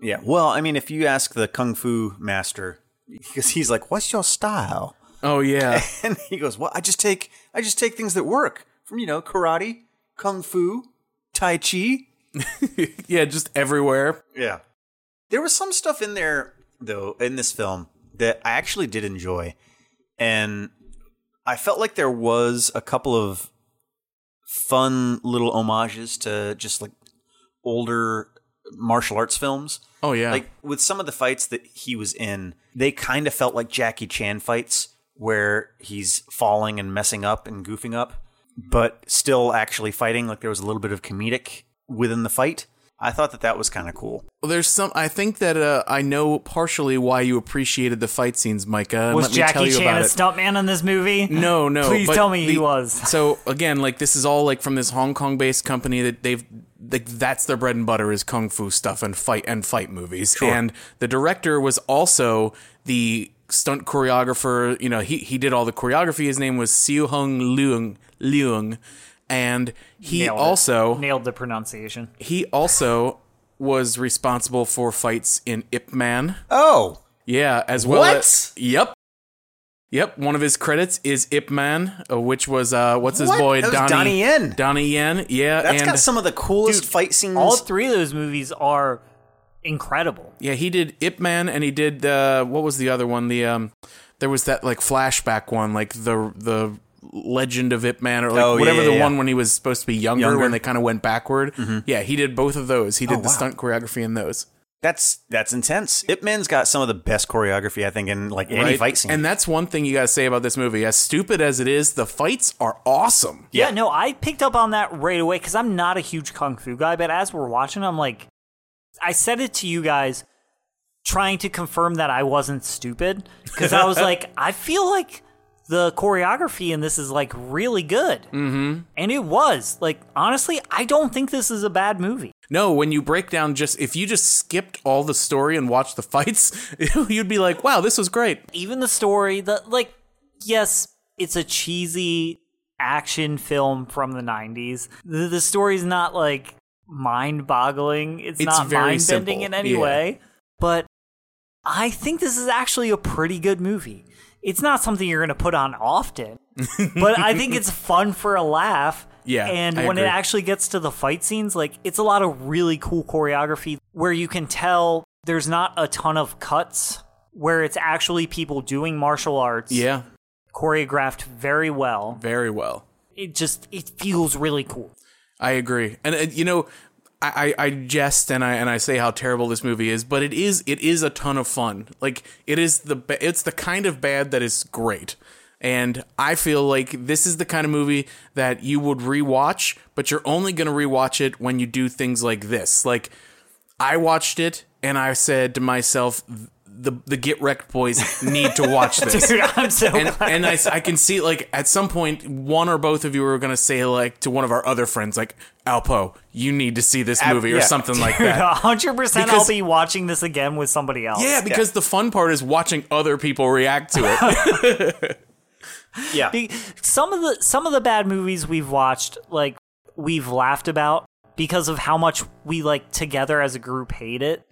[SPEAKER 2] Yeah. Well, I mean, if you ask the kung fu master, because he's like, "What's your style?"
[SPEAKER 3] Oh yeah.
[SPEAKER 2] and he goes, "Well, I just take I just take things that work from you know karate, kung fu, tai chi."
[SPEAKER 3] yeah. Just everywhere.
[SPEAKER 2] Yeah, there was some stuff in there though in this film that I actually did enjoy, and I felt like there was a couple of fun little homages to just like older martial arts films.
[SPEAKER 3] Oh yeah.
[SPEAKER 2] Like with some of the fights that he was in, they kind of felt like Jackie Chan fights where he's falling and messing up and goofing up, but still actually fighting. Like there was a little bit of comedic within the fight. I thought that that was kind of cool.
[SPEAKER 3] Well, there's some. I think that uh, I know partially why you appreciated the fight scenes, Micah. and
[SPEAKER 1] was
[SPEAKER 3] let me tell
[SPEAKER 1] Jackie
[SPEAKER 3] you
[SPEAKER 1] Chan
[SPEAKER 3] about
[SPEAKER 1] a
[SPEAKER 3] it.
[SPEAKER 1] stuntman in this movie?
[SPEAKER 3] No, no.
[SPEAKER 1] Please
[SPEAKER 3] but
[SPEAKER 1] tell me he
[SPEAKER 3] the-
[SPEAKER 1] was.
[SPEAKER 3] So again, like this is all like from this Hong Kong based company that they've like that's their bread and butter is kung fu stuff and fight and fight movies. And the director was also the stunt choreographer. You know, he he did all the choreography. His name was Siu Hung Leung Leung, and he
[SPEAKER 1] Nailed it.
[SPEAKER 3] also
[SPEAKER 1] Nailed the pronunciation.
[SPEAKER 3] he also was responsible for fights in Ip Man.
[SPEAKER 2] Oh,
[SPEAKER 3] Yeah, as well.
[SPEAKER 2] What?
[SPEAKER 3] as- yep. Yep. One of his credits is Ip Man, uh, which was uh, what's his
[SPEAKER 2] What?
[SPEAKER 3] boy
[SPEAKER 2] That was Donnie Yen.
[SPEAKER 3] Donnie Yen. Yeah,
[SPEAKER 2] that's
[SPEAKER 3] and
[SPEAKER 2] got some of the coolest
[SPEAKER 1] Dude,
[SPEAKER 2] fight scenes.
[SPEAKER 1] All three of those movies are incredible.
[SPEAKER 3] yeah, he did Ip Man, and he did uh, what was the other one? The um, there was that like flashback one, like the the Legend of Ip Man, or like
[SPEAKER 2] Oh, yeah,
[SPEAKER 3] whatever
[SPEAKER 2] yeah,
[SPEAKER 3] the
[SPEAKER 2] yeah.
[SPEAKER 3] one when he was supposed to be younger,
[SPEAKER 2] Younger. Mm-hmm.
[SPEAKER 3] when they kind of went backward. Yeah, he did both of those. He did
[SPEAKER 2] Oh,
[SPEAKER 3] the
[SPEAKER 2] wow.
[SPEAKER 3] stunt choreography in those.
[SPEAKER 2] that's that's intense. Ip Man's got some of the best choreography I think in like any
[SPEAKER 3] right?
[SPEAKER 2] fight scene.
[SPEAKER 3] And that's one thing you got to say about this movie. As stupid as it is, the fights are awesome.
[SPEAKER 1] Yeah,
[SPEAKER 2] Yeah.
[SPEAKER 1] no, I picked up on that right away because I'm not a huge kung fu guy, but as we're watching, I'm like, I said it to you guys, trying to confirm that I wasn't stupid because I was like, I feel like the choreography in this is like really good, mm-hmm. and it was like honestly, I don't think this is a bad movie.
[SPEAKER 3] No, when you break down just if you just skipped all the story and watched the fights, you'd be like, "Wow, this was great."
[SPEAKER 1] even the story the like yes it's a cheesy action film from the 90s the, the story's not like mind-boggling it's,
[SPEAKER 3] It's
[SPEAKER 1] not
[SPEAKER 3] very
[SPEAKER 1] mind-bending
[SPEAKER 3] simple,
[SPEAKER 1] in any
[SPEAKER 3] yeah.
[SPEAKER 1] way but i think this is actually a pretty good movie it's not something you're going to put on often but i think it's fun for a laugh
[SPEAKER 3] Yeah,
[SPEAKER 1] and
[SPEAKER 3] I
[SPEAKER 1] when it
[SPEAKER 3] agree.
[SPEAKER 1] actually gets to the fight scenes like it's a lot of really cool choreography where you can tell there's not a ton of cuts where it's actually people doing martial arts
[SPEAKER 3] Yeah,
[SPEAKER 1] choreographed very well
[SPEAKER 3] very well.
[SPEAKER 1] it just it feels really cool
[SPEAKER 3] I agree, and uh, you know, I, I I jest and I and I say how terrible this movie is, but it is it is a ton of fun. Like it is the ba- it's the kind of bad that is great, and I feel like this is the kind of movie that you would rewatch, but you're only gonna rewatch it when you do things like this, like. I watched it and I said to myself, the the Get Wrecked Boys need to watch this.
[SPEAKER 1] dude i'm so
[SPEAKER 3] And, and I, I can see like at some point one or both of you were gonna say like to one of our other friends like Alpo you need to see this movie or
[SPEAKER 2] yeah.
[SPEAKER 3] something like
[SPEAKER 1] dude,
[SPEAKER 3] that
[SPEAKER 1] 100% i'll
[SPEAKER 3] Because-
[SPEAKER 1] be watching this again with somebody else
[SPEAKER 3] yeah because the fun part is watching other people react to it
[SPEAKER 2] yeah,
[SPEAKER 1] Be- some of the some of the bad movies we've watched like we've laughed about because of how much we like together as a group hate it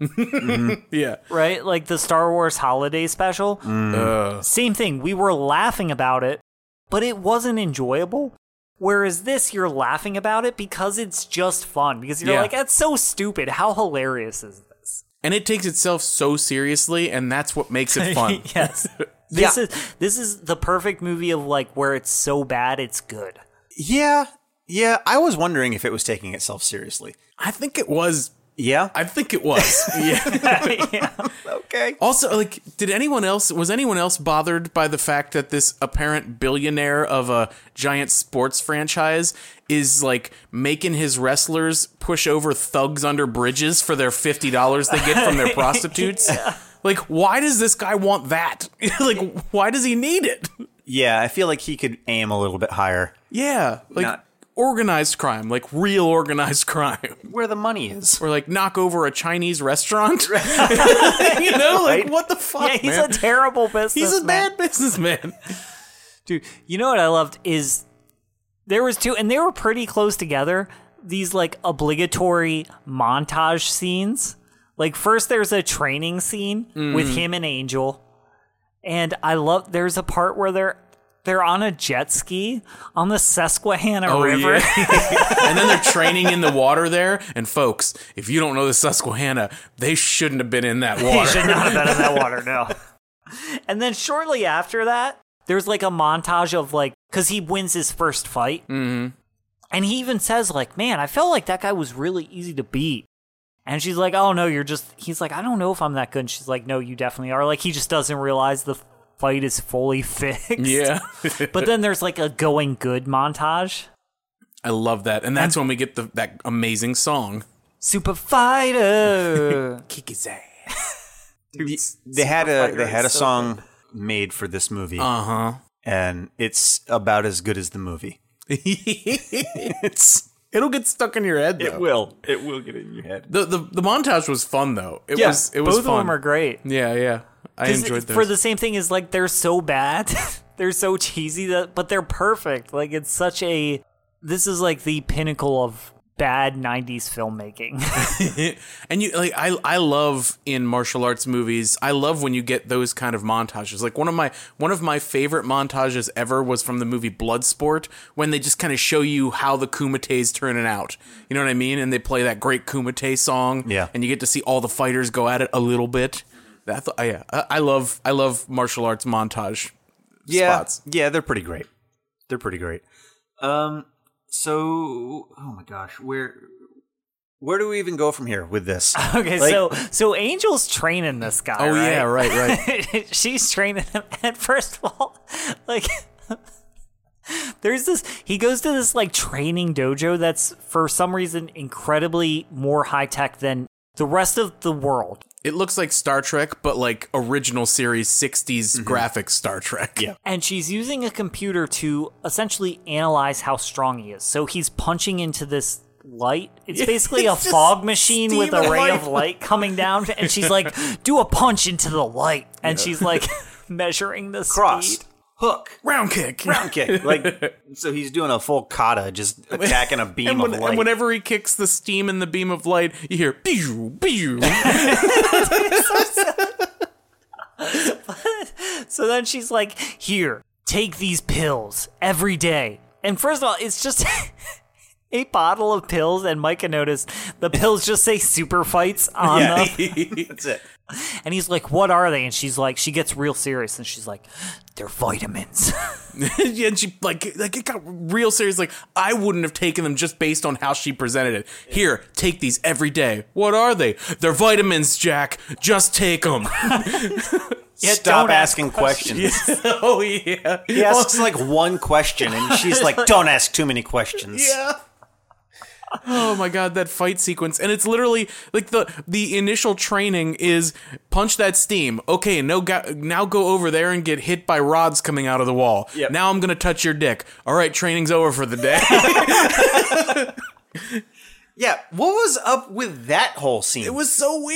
[SPEAKER 3] yeah
[SPEAKER 1] right? Like the Star Wars holiday special.
[SPEAKER 3] Uh,
[SPEAKER 1] Same thing. We were laughing about it, but it wasn't enjoyable. Whereas this, you're laughing about it because it's just fun. Because you're
[SPEAKER 3] Yeah.
[SPEAKER 1] like, that's so stupid. How hilarious is this?
[SPEAKER 3] And it takes itself so seriously, and that's what makes it fun.
[SPEAKER 1] yes. This is this is the perfect movie of like where it's so bad it's good.
[SPEAKER 2] Yeah, yeah. I was wondering if it was taking itself seriously.
[SPEAKER 3] I think it was.
[SPEAKER 2] Yeah.
[SPEAKER 3] I think it was. yeah.
[SPEAKER 2] okay.
[SPEAKER 3] Also, like, did anyone else was anyone else bothered by the fact that this apparent billionaire of a giant sports franchise is like making his wrestlers push over thugs under bridges for their fifty dollars they get from their prostitutes? Like, why does this guy want that? like, why does he need it?
[SPEAKER 2] Yeah, I feel like he could aim a little bit higher.
[SPEAKER 3] Yeah, like
[SPEAKER 2] Not-
[SPEAKER 3] organized crime, like real organized crime,
[SPEAKER 2] Where the money is.
[SPEAKER 3] or like knock over a Chinese restaurant. you know, like
[SPEAKER 2] Right.
[SPEAKER 3] what the fuck?
[SPEAKER 1] yeah, he's
[SPEAKER 3] man?
[SPEAKER 1] a terrible business.
[SPEAKER 3] He's a bad businessman.
[SPEAKER 1] dude. You know what I loved is there was two, and they were pretty close together. These like obligatory montage scenes. Like first, there's a training scene
[SPEAKER 3] Mm.
[SPEAKER 1] with him and Angel, and I love. There's a part where they're they're on a jet ski on the Susquehanna
[SPEAKER 3] Oh,
[SPEAKER 1] River.
[SPEAKER 3] yeah. and then they're training in the water there. And folks, if you don't know the Susquehanna, they shouldn't have been in that
[SPEAKER 1] He
[SPEAKER 3] water.
[SPEAKER 1] should not have been in that water, no. And then shortly after that, there's like a montage of like, because he wins his first fight. Mm-hmm. And he even says, like, man, I felt like that guy was really easy to beat. And she's like, oh no, you're just, he's like, I don't know if I'm that good. And she's like, no, you definitely are. Like, he just doesn't realize the fight is fully fixed.
[SPEAKER 3] yeah.
[SPEAKER 1] But then there's like a going good montage.
[SPEAKER 3] I love that. And that's when we get the, that amazing song.
[SPEAKER 1] Super fighter.
[SPEAKER 3] Kick his ass.
[SPEAKER 2] They had a they had a song made for this movie,
[SPEAKER 3] Uh huh.
[SPEAKER 2] and it's about as good as the movie.
[SPEAKER 3] it's it'll get stuck in your head though.
[SPEAKER 2] will. It will get in your head.
[SPEAKER 3] The, the the montage was fun though. It
[SPEAKER 2] Yeah,
[SPEAKER 3] was it was
[SPEAKER 1] Both of
[SPEAKER 3] fun.
[SPEAKER 1] them are great.
[SPEAKER 3] yeah, yeah. I
[SPEAKER 1] 'Cause
[SPEAKER 3] enjoyed those.
[SPEAKER 1] for the same thing is like they're so bad they're so cheesy that but they're perfect like it's such a this is like the pinnacle of bad 90s filmmaking
[SPEAKER 3] and you like I I love in martial arts movies. I love when you get those kind of montages. Like one of my one of my favorite montages ever was from the movie Bloodsport when they just kind of show you how the kumites turning out. You know what I mean? And they play that great kumite song.
[SPEAKER 2] Yeah.
[SPEAKER 3] And you get to see all the fighters go at it a little bit. That th- yeah, I, I love I love martial arts montage.
[SPEAKER 2] Yeah,
[SPEAKER 3] Spots.
[SPEAKER 2] yeah, they're pretty great. They're pretty great. Um, so oh my gosh, where where do we even go from here with this?
[SPEAKER 1] okay
[SPEAKER 2] Like-
[SPEAKER 1] so so angel's training this guy
[SPEAKER 3] Oh yeah, right, right.
[SPEAKER 1] she's training him and first of all like there's this he goes to this like training dojo that's for some reason incredibly more high tech than the rest of the world
[SPEAKER 3] it looks like Star Trek, but like original series '60s graphic Star Trek.
[SPEAKER 2] Mm-hmm. Yeah.
[SPEAKER 1] and she's using a computer to essentially analyze how strong he is. So he's punching into this light. It's basically a
[SPEAKER 3] it's just
[SPEAKER 1] fog machine with a
[SPEAKER 3] steam
[SPEAKER 1] ray of
[SPEAKER 3] light.
[SPEAKER 1] light coming down, and she's like, "Do a punch into the light," and she's like measuring the
[SPEAKER 2] Crossed
[SPEAKER 1] speed.
[SPEAKER 2] hook.
[SPEAKER 3] Round kick.
[SPEAKER 2] Round kick, like so. He's doing a full kata, just attacking a beam
[SPEAKER 3] and, when-
[SPEAKER 2] of
[SPEAKER 3] and
[SPEAKER 2] light.
[SPEAKER 3] whenever he kicks the steam and the beam of light, you hear pew pew.
[SPEAKER 1] So then she's like, "Here, take these pills every day." And first of all, it's just. A bottle of pills, and Micah noticed the pills just say super fights on them.
[SPEAKER 2] That's it.
[SPEAKER 1] And he's like, "What are they?" And she's like, she gets real serious, and she's like, "They're vitamins."
[SPEAKER 3] and she like like it got real serious. Like I wouldn't have taken them just based on how she presented it. Here, take these every day. What are they? They're vitamins, Jack. Just take them.
[SPEAKER 2] Stop
[SPEAKER 1] don't ask
[SPEAKER 2] asking questions.
[SPEAKER 3] oh yeah.
[SPEAKER 2] He asks like one question, and she's like, "Don't ask too many questions."
[SPEAKER 3] Yeah. Oh my god, that fight sequence. And it's literally like the the initial training is punch that steam. Okay, no go- now go over there and get hit by rods coming out of the wall.
[SPEAKER 2] Yep.
[SPEAKER 3] Now I'm going to touch your dick. All right, training's over for the day.
[SPEAKER 2] Yeah, what was up with that whole scene? It
[SPEAKER 3] so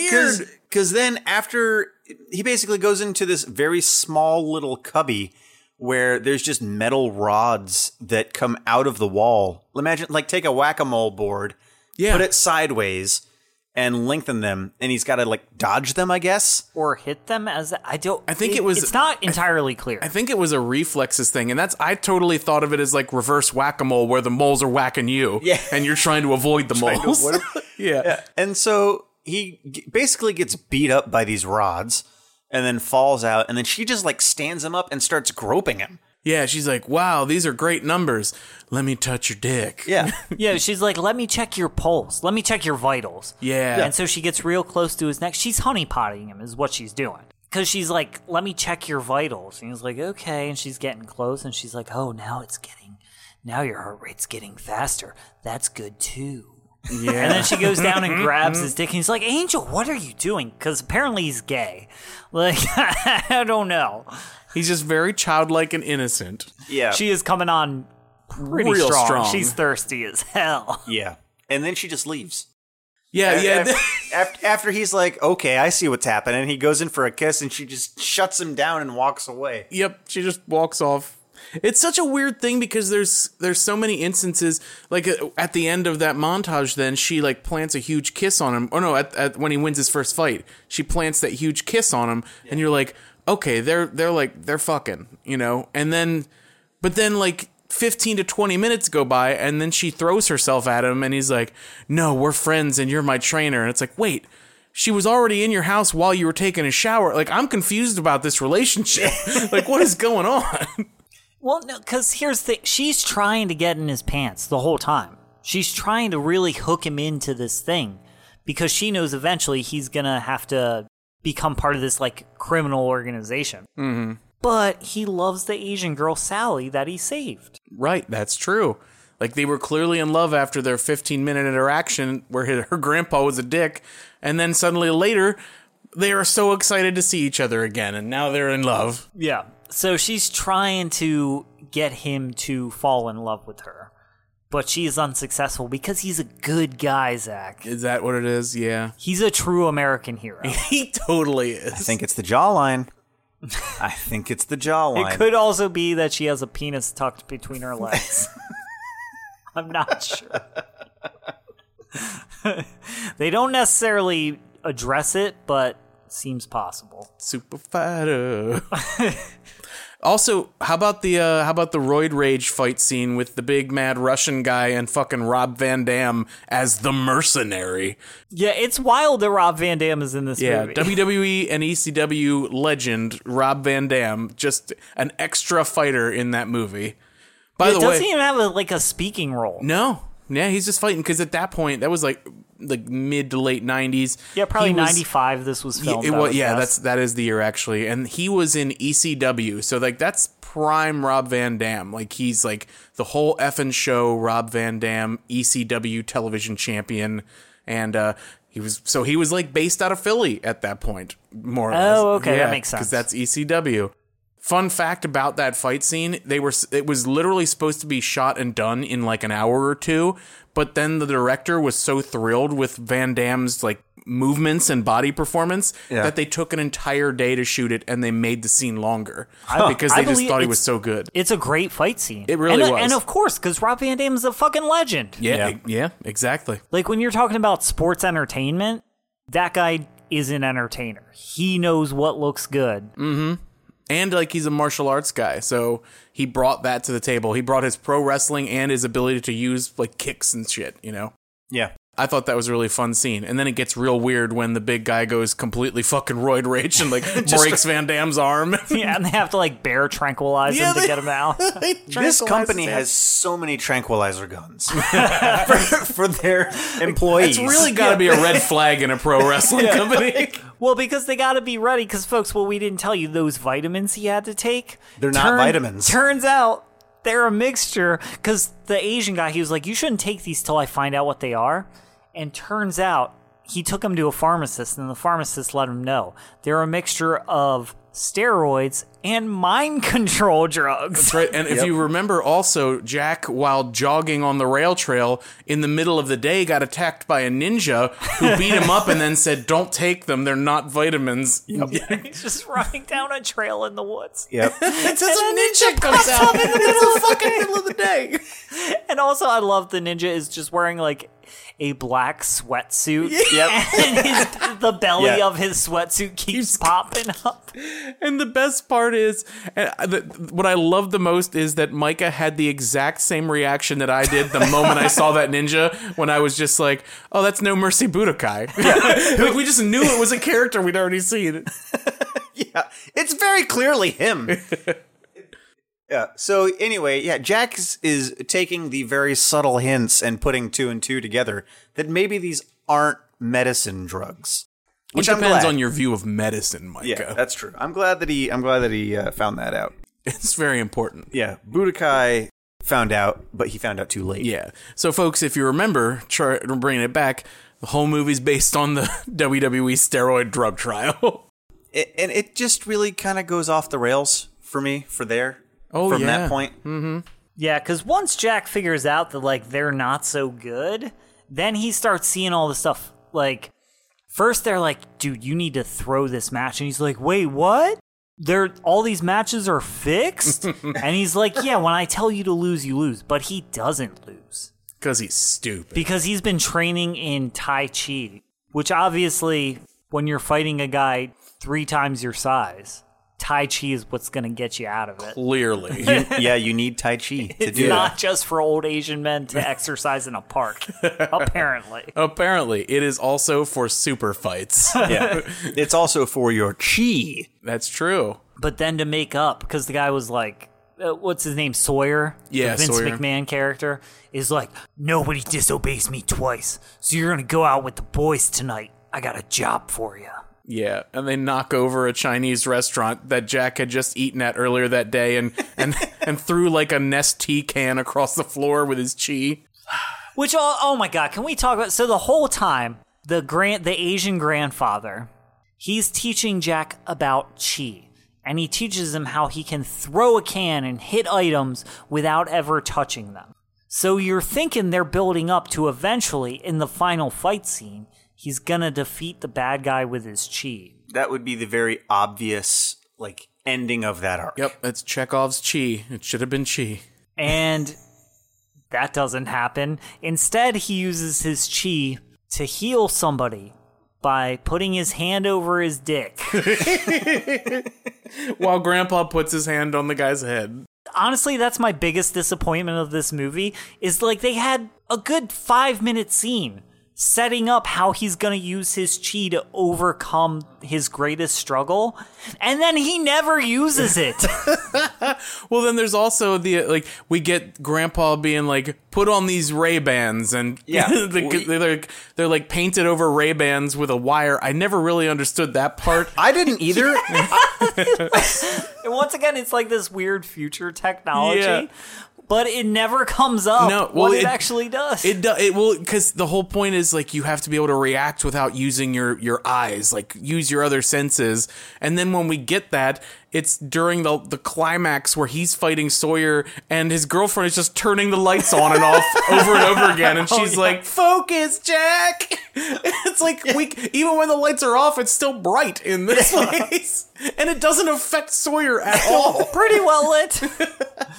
[SPEAKER 2] Because then after he basically goes into this very small little cubby where there's just metal rods that come out of the wall. Imagine like take a whack a mole board,
[SPEAKER 3] Yeah.
[SPEAKER 2] put it sideways, and lengthen them, and he's got to like dodge them, I guess.
[SPEAKER 1] or hit them as I don't.
[SPEAKER 3] I think it was-
[SPEAKER 1] It's not entirely clear.
[SPEAKER 3] I think it was a reflexes thing, and that's I totally thought of it as like reverse whack a mole, where the moles are whacking you,
[SPEAKER 2] Yeah.
[SPEAKER 3] and you're trying to avoid the
[SPEAKER 2] Trying to
[SPEAKER 3] moles.
[SPEAKER 2] avoid 'em.
[SPEAKER 3] yeah.
[SPEAKER 2] And so he g- basically gets beat up by these rods and then falls out. And then she just like stands him up and starts groping him.
[SPEAKER 3] yeah, She's like, "Wow, these are great numbers. Let me touch your dick."
[SPEAKER 2] Yeah.
[SPEAKER 1] yeah, she's like, "Let me check your pulse. Let me check your vitals."
[SPEAKER 3] Yeah.
[SPEAKER 1] and so she gets real close to his neck. She's honeypotting him, is what she's doing. Because she's like, "Let me check your vitals," and he's like, "Okay," and she's getting close, and she's like, "Oh, now it's getting, now your heart rate's getting faster. That's good too."
[SPEAKER 3] yeah.
[SPEAKER 1] And then she goes down
[SPEAKER 3] Mm-hmm.
[SPEAKER 1] and grabs his dick, and he's like, "Angel, what are you doing?" Because apparently he's gay. Like, I don't know.
[SPEAKER 3] He's just very childlike and innocent.
[SPEAKER 2] Yeah.
[SPEAKER 1] She is coming on pretty
[SPEAKER 3] Real
[SPEAKER 1] strong.
[SPEAKER 3] strong.
[SPEAKER 1] She's thirsty as hell.
[SPEAKER 2] yeah. And then she just leaves.
[SPEAKER 3] Yeah,
[SPEAKER 2] And
[SPEAKER 3] yeah.
[SPEAKER 2] af- After, after he's like, okay, I see what's happening. He goes in for a kiss and she just shuts him down and walks away.
[SPEAKER 3] yep she just walks off it's such a weird thing because there's there's so many instances like uh, at the end of that montage then she like plants a huge kiss on him or no at, at when he wins his first fight she plants that huge kiss on him and you're like okay they're they're like they're fucking you know and then but then like 15 to 20 minutes go by and then she throws herself at him and he's like no we're friends and you're my trainer and it's like wait she was already in your house while you were taking a shower like i'm confused about this relationship like what is going on
[SPEAKER 1] Well, no, because here's the she's trying to get in his pants the whole time. She's trying to really hook him into this thing because she knows eventually he's gonna have to become part of this like criminal organization. Mm-hmm. But he loves the Asian girl Sally that he saved.
[SPEAKER 3] right that's true like they were clearly in love after their 15 minute interaction where her her grandpa was a dick and then suddenly later they are so excited to see each other again and now they're in love
[SPEAKER 1] Yeah. So she's trying to get him to fall in love with her, but she is unsuccessful because he's a good guy, Zach.
[SPEAKER 3] is that what it is yeah
[SPEAKER 1] He's a true American hero.
[SPEAKER 3] he totally is
[SPEAKER 2] I think it's the jawline. I think it's the jawline.
[SPEAKER 1] It could also be that she has a penis tucked between her legs. I'm not sure. they don't necessarily address it, but seems possible.
[SPEAKER 3] Super fighter. also, how about the uh, how about the roid rage fight scene with the big mad Russian guy and fucking Rob Van Dam as the mercenary?
[SPEAKER 1] Yeah, it's wild that Rob Van Dam is in this
[SPEAKER 3] Yeah,
[SPEAKER 1] movie.
[SPEAKER 3] WWE E and ECW legend Rob Van Dam, just an extra fighter in that movie. By
[SPEAKER 1] it
[SPEAKER 3] the way,
[SPEAKER 1] doesn't even have a, like a speaking role.
[SPEAKER 3] no, yeah, he's just fighting because at that point that was like like mid to late nineties.
[SPEAKER 1] Yeah, probably 95 this was filmed.
[SPEAKER 3] Yeah, it
[SPEAKER 1] I
[SPEAKER 3] wa-
[SPEAKER 1] would
[SPEAKER 3] yeah,
[SPEAKER 1] guess.
[SPEAKER 3] that's that is the year actually, and he was in ECW, so like that's prime Rob Van Dam. Like he's like the whole effing show, Rob Van Dam, ECW television champion, and uh, he was so he was like based out of Philly at that point, more or less.
[SPEAKER 1] Oh, okay, that makes sense.
[SPEAKER 3] because that's E ECW. Fun fact about that fight scene: they were it was literally supposed to be shot and done in like an hour or two, but then the director was so thrilled with Van Damme's like movements and body performance
[SPEAKER 2] Yeah.
[SPEAKER 3] that they took an entire day to shoot it and they made the scene longer because
[SPEAKER 1] I
[SPEAKER 3] they just
[SPEAKER 1] believe
[SPEAKER 3] thought he
[SPEAKER 1] it's-
[SPEAKER 3] was so good.
[SPEAKER 1] It's a great fight scene.
[SPEAKER 3] It
[SPEAKER 1] and,
[SPEAKER 3] really
[SPEAKER 1] uh,
[SPEAKER 3] was.
[SPEAKER 1] And of course, because Rob Van Dam is a fucking legend.
[SPEAKER 3] Yeah, e, yeah, exactly.
[SPEAKER 1] Like when you're talking about sports entertainment, that guy is an entertainer. He knows what looks good.
[SPEAKER 3] Mm-hmm. and like he's a martial arts guy so he brought that to the table he brought his pro wrestling and his ability to use like kicks and shit you know
[SPEAKER 2] Yeah.
[SPEAKER 3] i thought that was a really fun scene and then it gets real weird when the big guy goes completely fucking roid rage and like breaks van damme's arm
[SPEAKER 1] Yeah, and they have to like bear tranquilize
[SPEAKER 3] Yeah,
[SPEAKER 1] him to
[SPEAKER 3] they-
[SPEAKER 1] get him out.
[SPEAKER 2] This company has so many tranquilizer guns for, for their employees.
[SPEAKER 3] it's really got to be a red flag in a pro wrestling company
[SPEAKER 1] well, because they got to be ready. Because folks, what we didn't tell you, those vitamins he had to take—they're
[SPEAKER 2] They're not vitamins.
[SPEAKER 1] Turns out they're a mixture. Because the Asian guy, he was like, "You shouldn't take these till I find out what they are." And turns out he took them to a pharmacist, and the pharmacist let him know they're a mixture of steroids and mind control drugs.
[SPEAKER 3] That's right. And if you remember also, Jack, while jogging on the rail trail in the middle of the day, got attacked by a ninja who beat him up and then said, Don't take them. They're not vitamins.
[SPEAKER 1] He's just running down a trail in the woods.
[SPEAKER 2] Yep.
[SPEAKER 3] It says a ninja comes out in the middle of fucking middle of the day.
[SPEAKER 1] And also, I love the ninja is just wearing like a black sweatsuit.
[SPEAKER 2] yep.
[SPEAKER 1] and his, the belly
[SPEAKER 2] Yeah.
[SPEAKER 1] of his sweatsuit keeps popping up.
[SPEAKER 3] And the best part is, and I- the, what I love the most is that Micah had the exact same reaction that I did the moment I saw that ninja. When I was just like, "Oh, that's no mercy, Budokai." like we just knew it was a character we'd already seen.
[SPEAKER 2] Yeah, it's very clearly him. yeah. So anyway, yeah, Jax is taking the very subtle hints and putting two and two together that maybe these aren't medicine drugs.
[SPEAKER 3] Which
[SPEAKER 2] I'm
[SPEAKER 3] depends
[SPEAKER 2] glad.
[SPEAKER 3] on your view of medicine, Micah.
[SPEAKER 2] Yeah, that's true. I'm glad that he. I'm glad that he uh, found that out.
[SPEAKER 3] it's very important.
[SPEAKER 2] Yeah, Budokai found out, but he found out too late.
[SPEAKER 3] Yeah. So, folks, if you remember, try, bringing it back, the whole movie's based on the WWE steroid drug trial.
[SPEAKER 2] It- and it just really kind of goes off the rails for me for there.
[SPEAKER 3] Oh,
[SPEAKER 2] from
[SPEAKER 3] yeah.
[SPEAKER 2] that point.
[SPEAKER 1] Yeah, because once Jack figures out that like they're not so good, then he starts seeing all the stuff. Like, first they're like, "Dude, you need to throw this match," and he's like, "Wait, what?" They're all these matches are fixed, and he's like, "Yeah, when I tell you to lose, you lose," but he doesn't lose.
[SPEAKER 3] Because he's stupid.
[SPEAKER 1] because he's been training in Tai Chi, which obviously, when you're fighting a guy three times your size, Tai Chi is what's going to get you out of it.
[SPEAKER 3] Clearly.
[SPEAKER 2] yeah, you need Tai Chi to
[SPEAKER 1] It's
[SPEAKER 2] do
[SPEAKER 1] not just for old Asian men to exercise in a park, apparently.
[SPEAKER 3] Apparently, it is also for super fights.
[SPEAKER 2] that. Yeah, it's also for your chi.
[SPEAKER 3] That's true.
[SPEAKER 1] But then to make up, because the guy was like, uh, what's his name? Sawyer?
[SPEAKER 3] Yeah,
[SPEAKER 1] The Vince
[SPEAKER 3] Sawyer.
[SPEAKER 1] McMahon character is like, nobody disobeys me twice, so you're going to go out with the boys tonight. I got a job for you.
[SPEAKER 3] Yeah, and they knock over a Chinese restaurant that Jack had just eaten at earlier that day, and and and threw like a Nest tea can across the floor with his chi.
[SPEAKER 1] Which oh, oh my god, can we talk about so the whole time the grand the Asian grandfather, he's teaching Jack about chi. And he teaches him how he can throw a can and hit items without ever touching them. So you're thinking they're building up to eventually in the final fight scene, he's gonna defeat the bad guy with his chi.
[SPEAKER 2] that would be the very obvious like ending of that arc.
[SPEAKER 3] Yep, that's Chekhov's chi. It should have been chi.
[SPEAKER 1] And that doesn't happen. Instead, he uses his chi to heal somebody by putting his hand over his dick.
[SPEAKER 3] While Grandpa puts his hand on the guy's head.
[SPEAKER 1] Honestly, that's my biggest disappointment of this movie is like they had a good 5-minute scene setting up how he's going to use his chi to overcome his greatest struggle, and then he never uses it.
[SPEAKER 3] Well, then there's also the uh, like we get Grandpa being like put on these Ray Bans and
[SPEAKER 2] Yeah.
[SPEAKER 3] the-
[SPEAKER 2] We-
[SPEAKER 3] they're like they're like painted over Ray Bans with a wire. I never really understood that part.
[SPEAKER 2] I didn't either.
[SPEAKER 1] and once again, it's like this weird future technology.
[SPEAKER 3] Yeah.
[SPEAKER 1] But it never comes up
[SPEAKER 3] No, well,
[SPEAKER 1] what it,
[SPEAKER 3] it-
[SPEAKER 1] actually does.
[SPEAKER 3] It do, it will because the whole point is like you have to be able to react without using your your eyes, like use your other senses. And then when we get that, it's during the the climax where he's fighting Sawyer and his girlfriend is just turning the lights on and off over and over again, and she's like, "Focus, Jack." it's like we even when the lights are off, it's still bright in this place, and it doesn't affect Sawyer at all.
[SPEAKER 1] pretty well lit.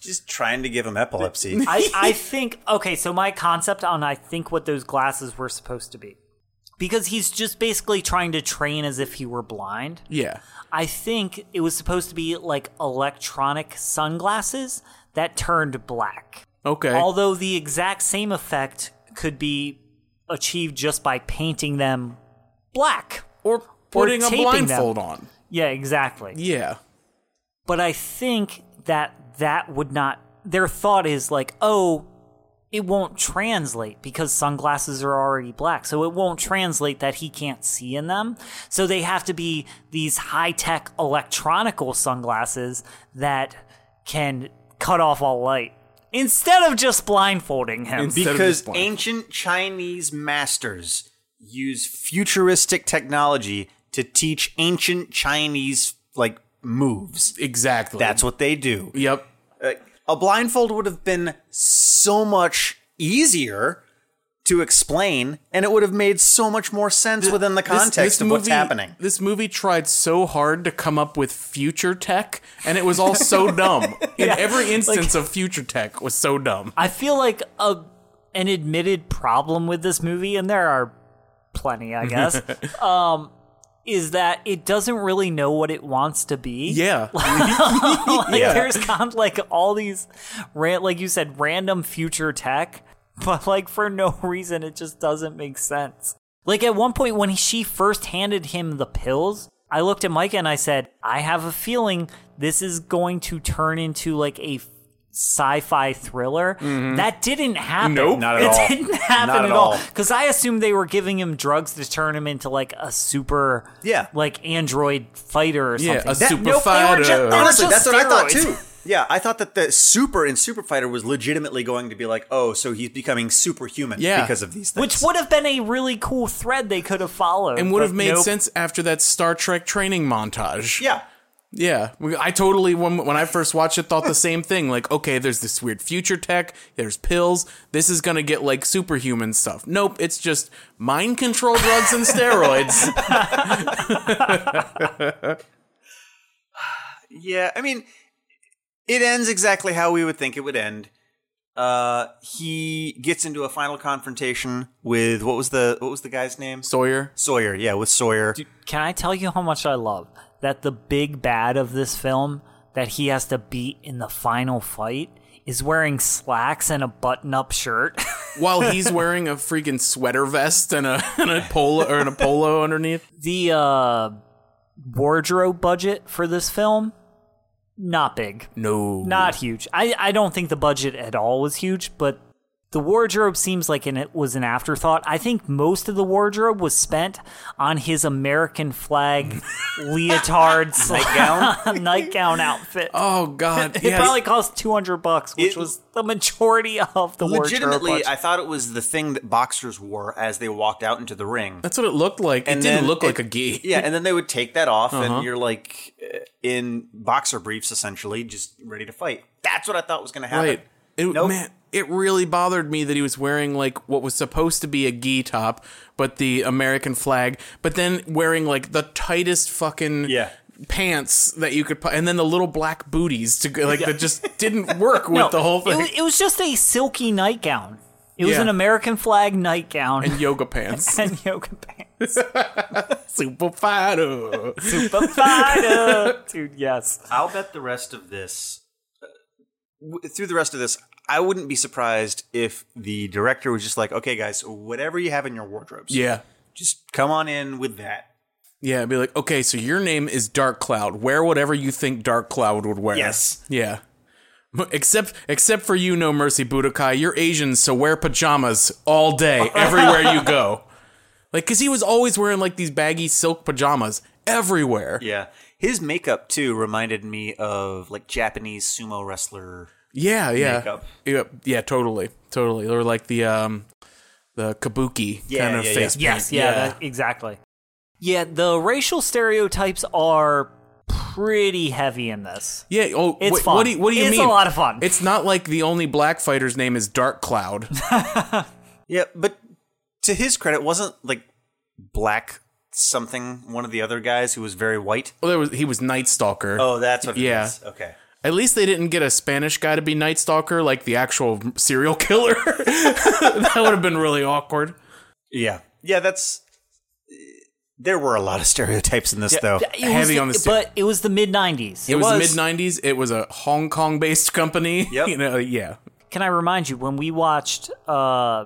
[SPEAKER 2] Just trying to give him epilepsy.
[SPEAKER 1] I, I think okay, so my concept on I think what those glasses were supposed to be. Because he's just basically trying to train as if he were blind.
[SPEAKER 3] yeah.
[SPEAKER 1] I think it was supposed to be like electronic sunglasses that turned black.
[SPEAKER 3] Okay.
[SPEAKER 1] Although the exact same effect could be achieved just by painting them black.
[SPEAKER 3] or putting a
[SPEAKER 1] taping them.
[SPEAKER 3] blindfold on.
[SPEAKER 1] Yeah, exactly.
[SPEAKER 3] Yeah.
[SPEAKER 1] but I think that that would not. Their thought is like, oh, it won't translate because sunglasses are already black, so it won't translate that he can't see in them. So they have to be these high tech electronical sunglasses that can cut off all light instead of just blindfolding him.
[SPEAKER 3] Instead of
[SPEAKER 2] because
[SPEAKER 3] just blind.
[SPEAKER 2] ancient Chinese masters use futuristic technology to teach ancient Chinese like moves.
[SPEAKER 3] Exactly.
[SPEAKER 2] That's what they do.
[SPEAKER 3] Yep.
[SPEAKER 2] Like, a blindfold would have been so much easier to explain, and it would have made so much more sense within the context of what's happening.
[SPEAKER 3] This movie tried so hard to come up with future tech, and it was all so dumb. In every instance of future tech was so dumb.
[SPEAKER 1] I feel like a an admitted problem with this movie, and there are plenty, I guess, um, is that it doesn't really know what it wants to be.
[SPEAKER 3] Yeah.
[SPEAKER 1] like
[SPEAKER 3] Yeah.
[SPEAKER 1] there's con- like all these, ran- like you said, random future tech, but like for no reason, it just doesn't make sense. Like at one point when she first handed him the pills, I looked at Micah and I said, "I have a feeling this is going to turn into like a." f- Sci-fi thriller that didn't happen.
[SPEAKER 2] Mm-hmm.
[SPEAKER 3] Nope.
[SPEAKER 2] Not at
[SPEAKER 1] it
[SPEAKER 2] all.
[SPEAKER 1] didn't happen
[SPEAKER 2] Not
[SPEAKER 1] at
[SPEAKER 2] at
[SPEAKER 1] all.
[SPEAKER 2] all.
[SPEAKER 1] Because I assumed they were giving him drugs to turn him into like a super,
[SPEAKER 2] Yeah.
[SPEAKER 1] like android fighter or
[SPEAKER 3] Yeah,
[SPEAKER 1] something.
[SPEAKER 3] a super
[SPEAKER 1] nope, they were ju-
[SPEAKER 3] fighter.
[SPEAKER 1] they were
[SPEAKER 3] Honestly,
[SPEAKER 2] Honestly,
[SPEAKER 1] just
[SPEAKER 2] that's what I thought
[SPEAKER 1] steroids.
[SPEAKER 2] too. Yeah, I thought that the super in Super Fighter was legitimately going to be like, oh, so he's becoming superhuman
[SPEAKER 3] Yeah.
[SPEAKER 2] because of these things.
[SPEAKER 1] Which would have been a really cool thread they could have followed.
[SPEAKER 3] and would have
[SPEAKER 1] but
[SPEAKER 3] made
[SPEAKER 1] nope.
[SPEAKER 3] sense after that Star Trek training montage.
[SPEAKER 2] yeah,
[SPEAKER 3] Yeah, We- I totally when when I first watched it thought the same thing. Like, okay, there's this weird future tech. There's pills. This is gonna get like superhuman stuff. Nope, it's just mind control drugs and steroids.
[SPEAKER 2] Yeah, I mean, it ends exactly how we would think it would end. Uh, he gets into a final confrontation with what was the what was the guy's name?
[SPEAKER 3] Sawyer.
[SPEAKER 2] Sawyer. Yeah, with Sawyer.
[SPEAKER 1] Can I tell you how much I love that the big bad of this film that he has to beat in the final fight is wearing slacks and a button-up shirt.
[SPEAKER 3] While he's wearing a freaking sweater vest and a and a polo or and a polo underneath.
[SPEAKER 1] the uh, wardrobe budget for this film not big.
[SPEAKER 3] No.
[SPEAKER 1] not huge. I, I don't think the budget at all was huge, but the wardrobe seems like an, it was an afterthought. I think most of the wardrobe was spent on his American flag leotard nightgown nightgown outfit.
[SPEAKER 3] Oh God.
[SPEAKER 1] it
[SPEAKER 3] yes.
[SPEAKER 1] probably cost two hundred bucks, which
[SPEAKER 2] It-
[SPEAKER 1] was the majority of the wardrobe.
[SPEAKER 2] Legitimately,
[SPEAKER 1] budget.
[SPEAKER 2] I thought it was the thing that boxers wore as they walked out into the ring.
[SPEAKER 3] That's what it looked like. it didn't
[SPEAKER 2] then
[SPEAKER 3] look
[SPEAKER 2] it-
[SPEAKER 3] like a gi.
[SPEAKER 2] Yeah, and then they would take that off,
[SPEAKER 3] Uh-huh.
[SPEAKER 2] and you're like uh, in boxer briefs, essentially, just ready to fight. That's what I thought was going to happen.
[SPEAKER 3] Right. It,
[SPEAKER 2] Nope.
[SPEAKER 3] Man, it really bothered me that he was wearing like what was supposed to be a gi top, but the American flag, but then wearing like the tightest fucking
[SPEAKER 2] Yeah.
[SPEAKER 3] pants that you could, pu- and then the little black booties to go like that just didn't work with the whole
[SPEAKER 1] It,
[SPEAKER 3] thing.
[SPEAKER 1] wa- it was just a silky nightgown. It was
[SPEAKER 3] Yeah.
[SPEAKER 1] an American flag nightgown and,
[SPEAKER 3] and yoga pants.
[SPEAKER 1] yoga pants.
[SPEAKER 3] Super fighter.
[SPEAKER 1] Bafada. Dude, yes.
[SPEAKER 2] I'll bet the rest of this, uh, w- through the rest of this, I wouldn't be surprised if the director was just like, okay, guys, whatever you have in your wardrobes,
[SPEAKER 3] Yeah.
[SPEAKER 2] just come on in with that.
[SPEAKER 3] Yeah, it'd be like, okay, so your name is Dark Cloud. Wear whatever you think Dark Cloud would wear.
[SPEAKER 2] Yes.
[SPEAKER 3] Yeah. M- Except except for you, no mercy, Budokai. You're Asian, so wear pajamas all day, everywhere you go. Like, cause he was always wearing like these baggy silk pajamas everywhere. Yeah,
[SPEAKER 2] Yeah. His makeup, too, reminded me of like Japanese sumo wrestler.
[SPEAKER 3] yeah. Yeah,
[SPEAKER 2] Makeup.
[SPEAKER 3] yeah, totally. Totally. Or like the um the kabuki
[SPEAKER 2] Yeah,
[SPEAKER 3] kind of
[SPEAKER 2] yeah, yeah.
[SPEAKER 3] face.
[SPEAKER 1] Yes,
[SPEAKER 3] paint.
[SPEAKER 1] yeah, That, exactly. Yeah, the racial stereotypes are pretty heavy in this.
[SPEAKER 3] Yeah. Oh,
[SPEAKER 1] It's
[SPEAKER 3] wait,
[SPEAKER 1] fun.
[SPEAKER 3] What do you, what do you
[SPEAKER 1] It's
[SPEAKER 3] mean?
[SPEAKER 1] a lot of fun.
[SPEAKER 3] It's not like the only black fighter's name is Dark Cloud.
[SPEAKER 2] Yeah, but to his credit, wasn't like black something one of the other guys who was very white?
[SPEAKER 3] Well, there was he was Night Stalker.
[SPEAKER 2] Oh, that's what it
[SPEAKER 3] Yeah.
[SPEAKER 2] is. Okay.
[SPEAKER 3] At least they didn't get a Spanish guy to be Night Stalker, like the actual serial killer. that would have been really awkward.
[SPEAKER 2] Yeah. Yeah, that's. There were a lot of stereotypes in this, though.
[SPEAKER 1] It was
[SPEAKER 3] Heavy
[SPEAKER 1] the-
[SPEAKER 3] on the ster-
[SPEAKER 1] but it was the mid '90s.
[SPEAKER 3] It, was, mid '90s. It was a Hong Kong based company.
[SPEAKER 2] Yep.
[SPEAKER 3] You know, yeah,
[SPEAKER 1] Can I remind you when we watched uh,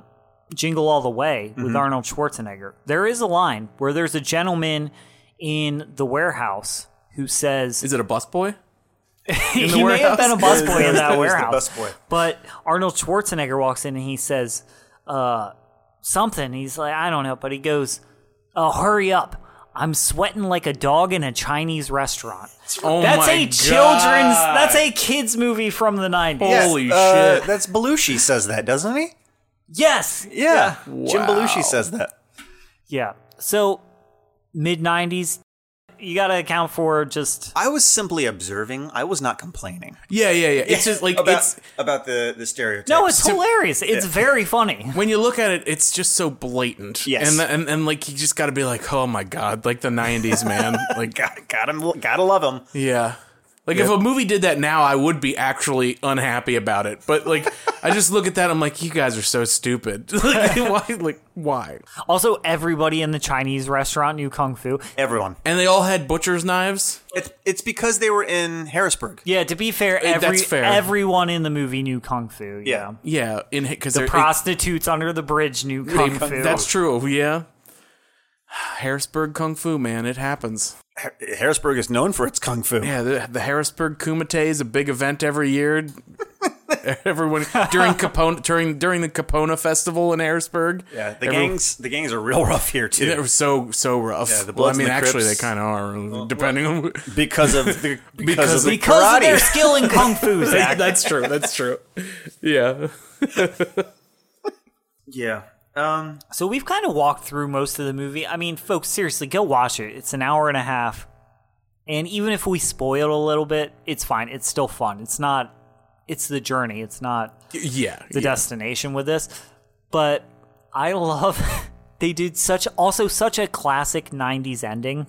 [SPEAKER 1] Jingle All the Way with
[SPEAKER 3] Mm-hmm.
[SPEAKER 1] Arnold Schwarzenegger? There is a line where there's a gentleman in the warehouse who says,
[SPEAKER 3] is it a busboy?
[SPEAKER 1] he
[SPEAKER 3] the
[SPEAKER 1] may have been a
[SPEAKER 2] warehouse?
[SPEAKER 1] busboy in
[SPEAKER 2] Yeah,
[SPEAKER 1] that
[SPEAKER 2] he was the
[SPEAKER 1] warehouse.
[SPEAKER 2] busboy.
[SPEAKER 1] But Arnold Schwarzenegger walks in and he says uh, something. He's like, I don't know, but he goes, "Oh, hurry up! I'm sweating like a dog in a Chinese restaurant."
[SPEAKER 3] Oh
[SPEAKER 1] that's
[SPEAKER 3] my
[SPEAKER 1] a children's.
[SPEAKER 3] God.
[SPEAKER 1] That's a kids movie from the nineties.
[SPEAKER 3] Yeah. Holy
[SPEAKER 2] uh,
[SPEAKER 3] shit.
[SPEAKER 2] That's Belushi says that, doesn't he?
[SPEAKER 1] Yes.
[SPEAKER 2] Yeah. Jim
[SPEAKER 3] Wow.
[SPEAKER 2] Belushi says that.
[SPEAKER 1] Yeah. So mid nineties, You got to account for just
[SPEAKER 2] I was simply observing. I was not complaining.
[SPEAKER 3] Yeah, yeah, yeah. It's just like
[SPEAKER 2] about,
[SPEAKER 3] it's
[SPEAKER 2] about the the stereotypes.
[SPEAKER 1] no. It's hilarious. It's very funny.
[SPEAKER 3] when you look at it, it's just so blatant.
[SPEAKER 2] Yes.
[SPEAKER 3] and and, and like you just got to be like, oh my god, like the '90s man. like,
[SPEAKER 2] got, got him. Gotta love him.
[SPEAKER 3] yeah. Like if a movie did that now, I would be actually unhappy about it. But like, I just look at that, I'm like, you guys are so stupid. like, why? Like why?
[SPEAKER 1] Also, everybody in the Chinese restaurant knew kung fu.
[SPEAKER 2] Everyone.
[SPEAKER 3] And they all had butcher's knives.
[SPEAKER 2] It's it's because they were in Harrisburg.
[SPEAKER 1] Yeah, to be fair, every,
[SPEAKER 3] that's fair.
[SPEAKER 1] everyone in the movie knew kung fu.
[SPEAKER 2] Yeah.
[SPEAKER 1] Yeah.
[SPEAKER 3] Yeah, in because they're
[SPEAKER 1] Prostitutes under the bridge knew kung
[SPEAKER 3] it-
[SPEAKER 1] fu.
[SPEAKER 3] that's true. Yeah, Harrisburg Kung Fu man, it happens.
[SPEAKER 2] Har- Harrisburg is known for its kung fu.
[SPEAKER 3] Yeah, the, the Harrisburg Kumite is a big event every year. Everyone during Capone during during the Capona Festival in Harrisburg.
[SPEAKER 2] Yeah, the
[SPEAKER 3] everyone-
[SPEAKER 2] gangs the gangs are real rough here too
[SPEAKER 3] They were so so rough.
[SPEAKER 2] Yeah, the
[SPEAKER 3] well, I
[SPEAKER 2] Bloods and the
[SPEAKER 3] mean, actually,
[SPEAKER 2] Crips.
[SPEAKER 3] they kind of are, depending on.
[SPEAKER 2] because of the because,
[SPEAKER 3] Because
[SPEAKER 2] of the
[SPEAKER 1] because of their
[SPEAKER 2] karate.
[SPEAKER 1] skill in kung fu, Zach.
[SPEAKER 3] that's true. That's true. Yeah.
[SPEAKER 2] Yeah. Um.
[SPEAKER 1] So we've kind of walked through most of the movie. I mean, folks, seriously, go watch it. It's an hour and a half. And even if we spoil a little bit, it's fine. It's still fun. It's not it's the journey. It's not
[SPEAKER 3] Y- Yeah.
[SPEAKER 1] the destination with this. But I love they did such also such a classic 90s ending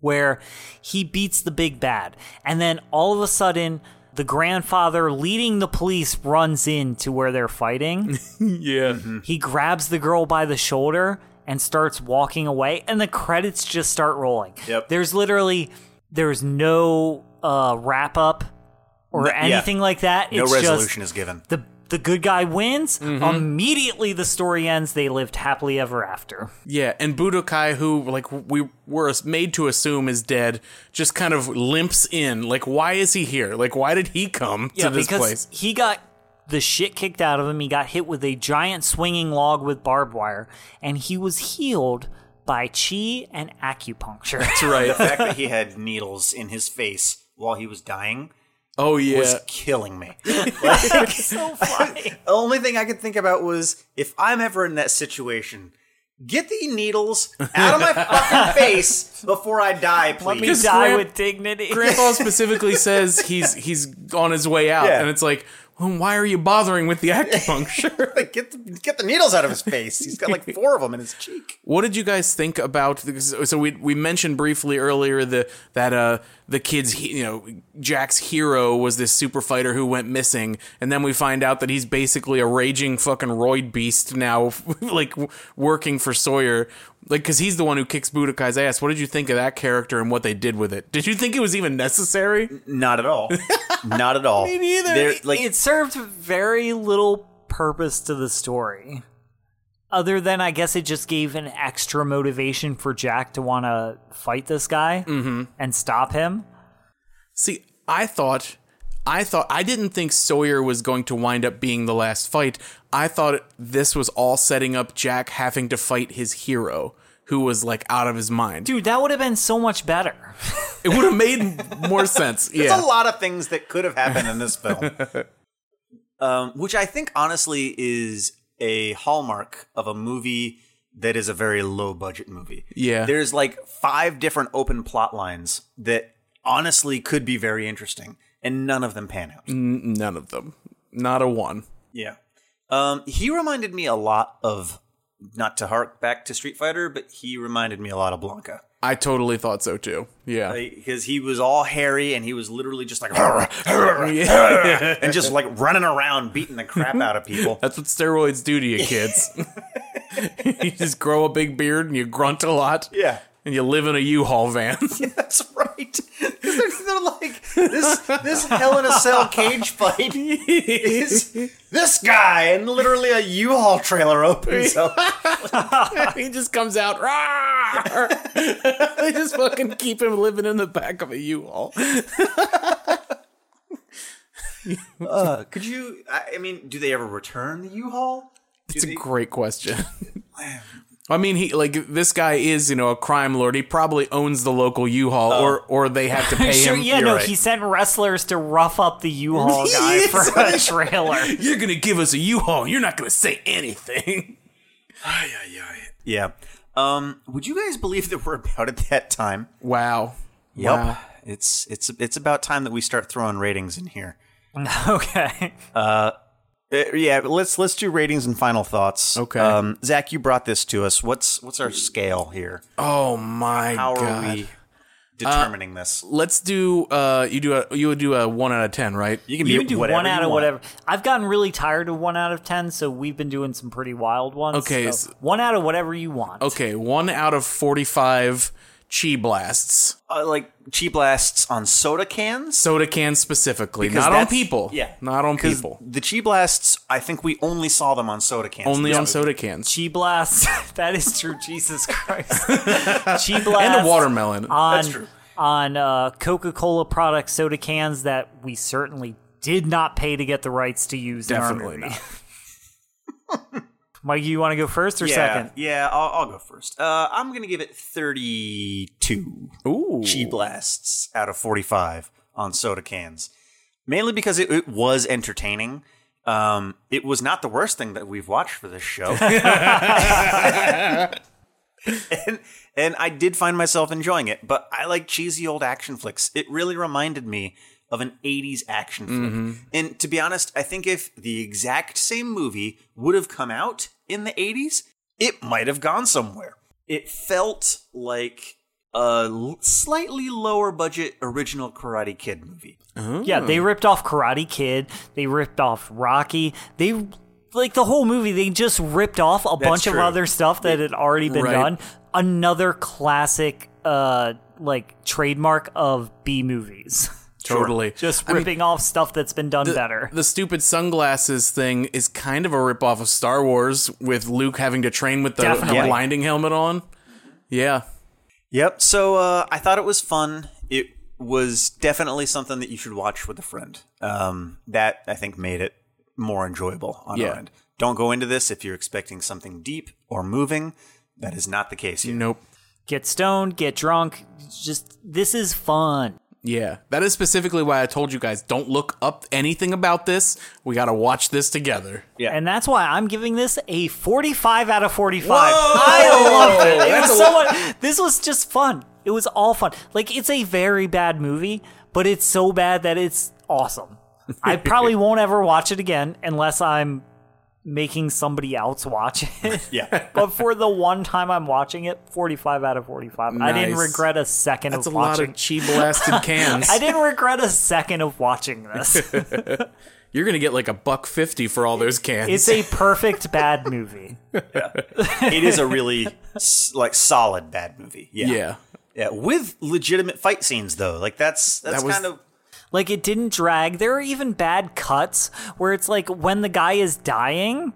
[SPEAKER 1] where he beats the big bad and then all of a sudden the grandfather leading the police runs in to where they're fighting
[SPEAKER 3] yeah.
[SPEAKER 2] Mm-hmm.
[SPEAKER 1] he grabs the girl by the shoulder and starts walking away and the credits just start rolling
[SPEAKER 2] Yep.
[SPEAKER 1] there's literally there's no uh, wrap up or
[SPEAKER 2] yeah.
[SPEAKER 1] anything like that
[SPEAKER 2] No
[SPEAKER 1] it's
[SPEAKER 2] resolution
[SPEAKER 1] just
[SPEAKER 2] is given.
[SPEAKER 1] the the good guy wins immediately the story ends they lived happily ever after
[SPEAKER 3] Yeah, and Budokai, who like we were made to assume is dead, just kind of limps in. Like, why is he here? Like, why did he come to this
[SPEAKER 1] because
[SPEAKER 3] place?
[SPEAKER 1] he got the shit kicked out of him. He got hit with a giant swinging log with barbed wire, and he was healed by chi and acupuncture.
[SPEAKER 3] That's right.
[SPEAKER 2] The fact that he had needles in his face while he was dying
[SPEAKER 3] Oh yeah.
[SPEAKER 2] was killing me.
[SPEAKER 1] so funny.
[SPEAKER 2] The only thing I could think about was if I'm ever in that situation, get the needles out of my fucking face before I die,
[SPEAKER 1] Let me
[SPEAKER 2] please.
[SPEAKER 1] die
[SPEAKER 3] Grant-
[SPEAKER 1] with dignity.
[SPEAKER 3] Grandpa specifically says he's he's on his way out,
[SPEAKER 2] Yeah.
[SPEAKER 3] and it's like, well, why are you bothering with the acupuncture?
[SPEAKER 2] Like, get the, get the needles out of his face. He's got like four of them in his cheek.
[SPEAKER 3] what did you guys think about? Because so we we mentioned briefly earlier the that uh the kids he- you know Jack's hero was this super fighter who went missing, and then we find out that he's basically a raging fucking roid beast now, like w- working for Sawyer. Like, because he's the one who kicks Budokai's ass. What did you think of that character and what they did with it? Did you think it was even necessary?
[SPEAKER 2] Not at all. Not at all. Me
[SPEAKER 3] neither.
[SPEAKER 2] like
[SPEAKER 1] it served very little purpose to the story. Other than, I guess it just gave an extra motivation for Jack to want to fight this guy and stop him.
[SPEAKER 3] See, I thought, I thought, I didn't think Sawyer was going to wind up being the last fight. I thought this was all setting up Jack having to fight his hero, who was like out of his mind.
[SPEAKER 1] Dude, that would have been so much better.
[SPEAKER 3] It would have made more sense.
[SPEAKER 2] There's
[SPEAKER 3] Yeah.
[SPEAKER 2] a lot of things that could have happened in this film, um, which I think honestly is a hallmark of a movie that is a very low budget movie.
[SPEAKER 3] Yeah.
[SPEAKER 2] there's like five different open plot lines that honestly could be very interesting, and none of them pan out.
[SPEAKER 3] N- None of them. Not a one.
[SPEAKER 2] Yeah, um, he reminded me a lot of not to hark back to Street Fighter, but he reminded me a lot of Blanca.
[SPEAKER 3] I totally thought so too. Yeah.
[SPEAKER 2] because he was all hairy and he was literally just like and just like running around beating the crap out of people.
[SPEAKER 3] That's what steroids do to you kids. you just grow a big beard and you grunt a lot.
[SPEAKER 2] Yeah.
[SPEAKER 3] And you live in a U-Haul van.
[SPEAKER 2] That's right. 'Cause They're, they're like this this hell in a cell cage fight is this guy and literally a U-Haul trailer opens up.
[SPEAKER 3] he just comes out. "Rawr!" they just fucking keep him living in the back of a U-Haul.
[SPEAKER 2] Uh, could you? I, I mean, do they ever return the U-Haul?
[SPEAKER 3] It's
[SPEAKER 2] they-
[SPEAKER 3] a great question. I mean, he like this guy is you know a crime lord. He probably owns the local U-Haul, or or they have to pay
[SPEAKER 1] sure,
[SPEAKER 3] him.
[SPEAKER 1] yeah,
[SPEAKER 2] you're
[SPEAKER 1] no,
[SPEAKER 2] right.
[SPEAKER 1] he sent wrestlers to rough up the U-Haul guy for a trailer.
[SPEAKER 3] You're gonna give us a U-Haul. You're not gonna say anything.
[SPEAKER 2] Yeah. Um, would you guys believe that we're about at that time?
[SPEAKER 3] Wow.
[SPEAKER 2] Yep.
[SPEAKER 3] Wow.
[SPEAKER 2] It's it's it's about time that we start throwing ratings in here.
[SPEAKER 1] okay.
[SPEAKER 2] Uh, yeah, let's let's do ratings and final thoughts.
[SPEAKER 3] Okay.
[SPEAKER 2] Um, Zach, you brought this to us. What's what's our scale here?
[SPEAKER 3] Oh my
[SPEAKER 2] How
[SPEAKER 3] god.
[SPEAKER 2] are we determining this?
[SPEAKER 3] Let's do. Uh, you do. A, you would do a one out of ten, right?
[SPEAKER 2] You can
[SPEAKER 1] You
[SPEAKER 2] be
[SPEAKER 1] can do
[SPEAKER 2] whatever
[SPEAKER 1] one out
[SPEAKER 2] you
[SPEAKER 1] of
[SPEAKER 2] want.
[SPEAKER 1] whatever. I've gotten really tired of one out of ten, so we've been doing some pretty wild ones.
[SPEAKER 3] Okay,
[SPEAKER 1] so
[SPEAKER 3] s-
[SPEAKER 1] one out of whatever you want.
[SPEAKER 3] Okay, one out of forty-five chi blasts,
[SPEAKER 2] Uh, like cheap blasts on soda cans.
[SPEAKER 3] soda cans specifically,
[SPEAKER 2] Because
[SPEAKER 3] not on
[SPEAKER 2] that's-
[SPEAKER 3] people.
[SPEAKER 2] yeah.
[SPEAKER 3] not on
[SPEAKER 2] 'Cause
[SPEAKER 3] people.
[SPEAKER 2] The cheap blasts, I think we only saw them on soda cans.
[SPEAKER 3] Only
[SPEAKER 2] Yeah.
[SPEAKER 3] on soda cans
[SPEAKER 1] Chi blast. that is true. Jesus Christ. Chi blast
[SPEAKER 3] and a watermelon.
[SPEAKER 1] on
[SPEAKER 2] That's true.
[SPEAKER 1] on uh, Coca Cola product soda cans that we certainly did not pay to get the rights to use.
[SPEAKER 3] Definitely
[SPEAKER 1] in our movie.
[SPEAKER 3] not.
[SPEAKER 1] Mike, you want to go first or
[SPEAKER 2] Yeah,
[SPEAKER 1] second?
[SPEAKER 2] yeah. I'll, I'll go first. Uh, I'm gonna give it 32
[SPEAKER 3] Ooh,
[SPEAKER 2] chi blasts out of 45 on soda cans, mainly because it, it was entertaining. Um, it was not the worst thing that we've watched for this show, and and I did find myself enjoying it. But I like cheesy old action flicks. It really reminded me of an 80s action flick. And to be honest, I think if the exact same movie would have come out in the 80s, it might have gone somewhere. It felt like a l- slightly lower budget original Karate Kid movie.
[SPEAKER 1] Yeah,
[SPEAKER 3] Hmm.
[SPEAKER 1] they ripped off Karate Kid. They ripped off Rocky. They like the whole movie. They just ripped off a bunch of
[SPEAKER 2] true.
[SPEAKER 1] other stuff that had already been
[SPEAKER 3] Right.
[SPEAKER 1] done. Another classic, uh, like trademark of B movies.
[SPEAKER 3] totally.
[SPEAKER 1] Just
[SPEAKER 3] I mean,
[SPEAKER 1] ripping off stuff that's been done better.
[SPEAKER 3] The stupid sunglasses thing is kind of a ripoff of Star Wars with Luke having to train with the
[SPEAKER 1] Definitely.
[SPEAKER 3] blinding helmet on. Yeah.
[SPEAKER 2] Yep. So uh, I thought it was fun. It was definitely something that you should watch with a friend. Um, that I think made it more enjoyable on
[SPEAKER 3] Yeah.
[SPEAKER 2] our end. Don't go into this if you're expecting something deep or moving. That is not the case here.
[SPEAKER 3] Nope.
[SPEAKER 1] get stoned, get drunk. Just this is fun.
[SPEAKER 3] Yeah. That is specifically why I told you guys don't look up anything about this. We got to watch this together.
[SPEAKER 2] Yeah.
[SPEAKER 1] And that's why I'm giving this a 45 out of 45. I loved it. It was so much- this was just fun. It was all fun. Like it's a very bad movie, but it's so bad that it's awesome. I probably won't ever watch it again unless I'm making somebody else watch it.
[SPEAKER 2] Yeah.
[SPEAKER 1] but for the one time I'm watching it, 45 out of 45. I didn't
[SPEAKER 3] Nice.
[SPEAKER 1] regret a second
[SPEAKER 3] That's a
[SPEAKER 1] of
[SPEAKER 3] lot
[SPEAKER 1] watching.
[SPEAKER 3] of chi blasted cans.
[SPEAKER 1] I didn't regret a second of watching this.
[SPEAKER 3] You're going to get like a buck 50 for all those cans.
[SPEAKER 1] It's a perfect bad movie.
[SPEAKER 2] it is a really s- like solid bad movie. Yeah.
[SPEAKER 3] yeah.
[SPEAKER 2] Yeah, With legitimate fight scenes though. Like that's that's
[SPEAKER 3] That was-
[SPEAKER 2] kind of
[SPEAKER 1] Like it didn't drag. There are even bad cuts where it's like when the guy is dying.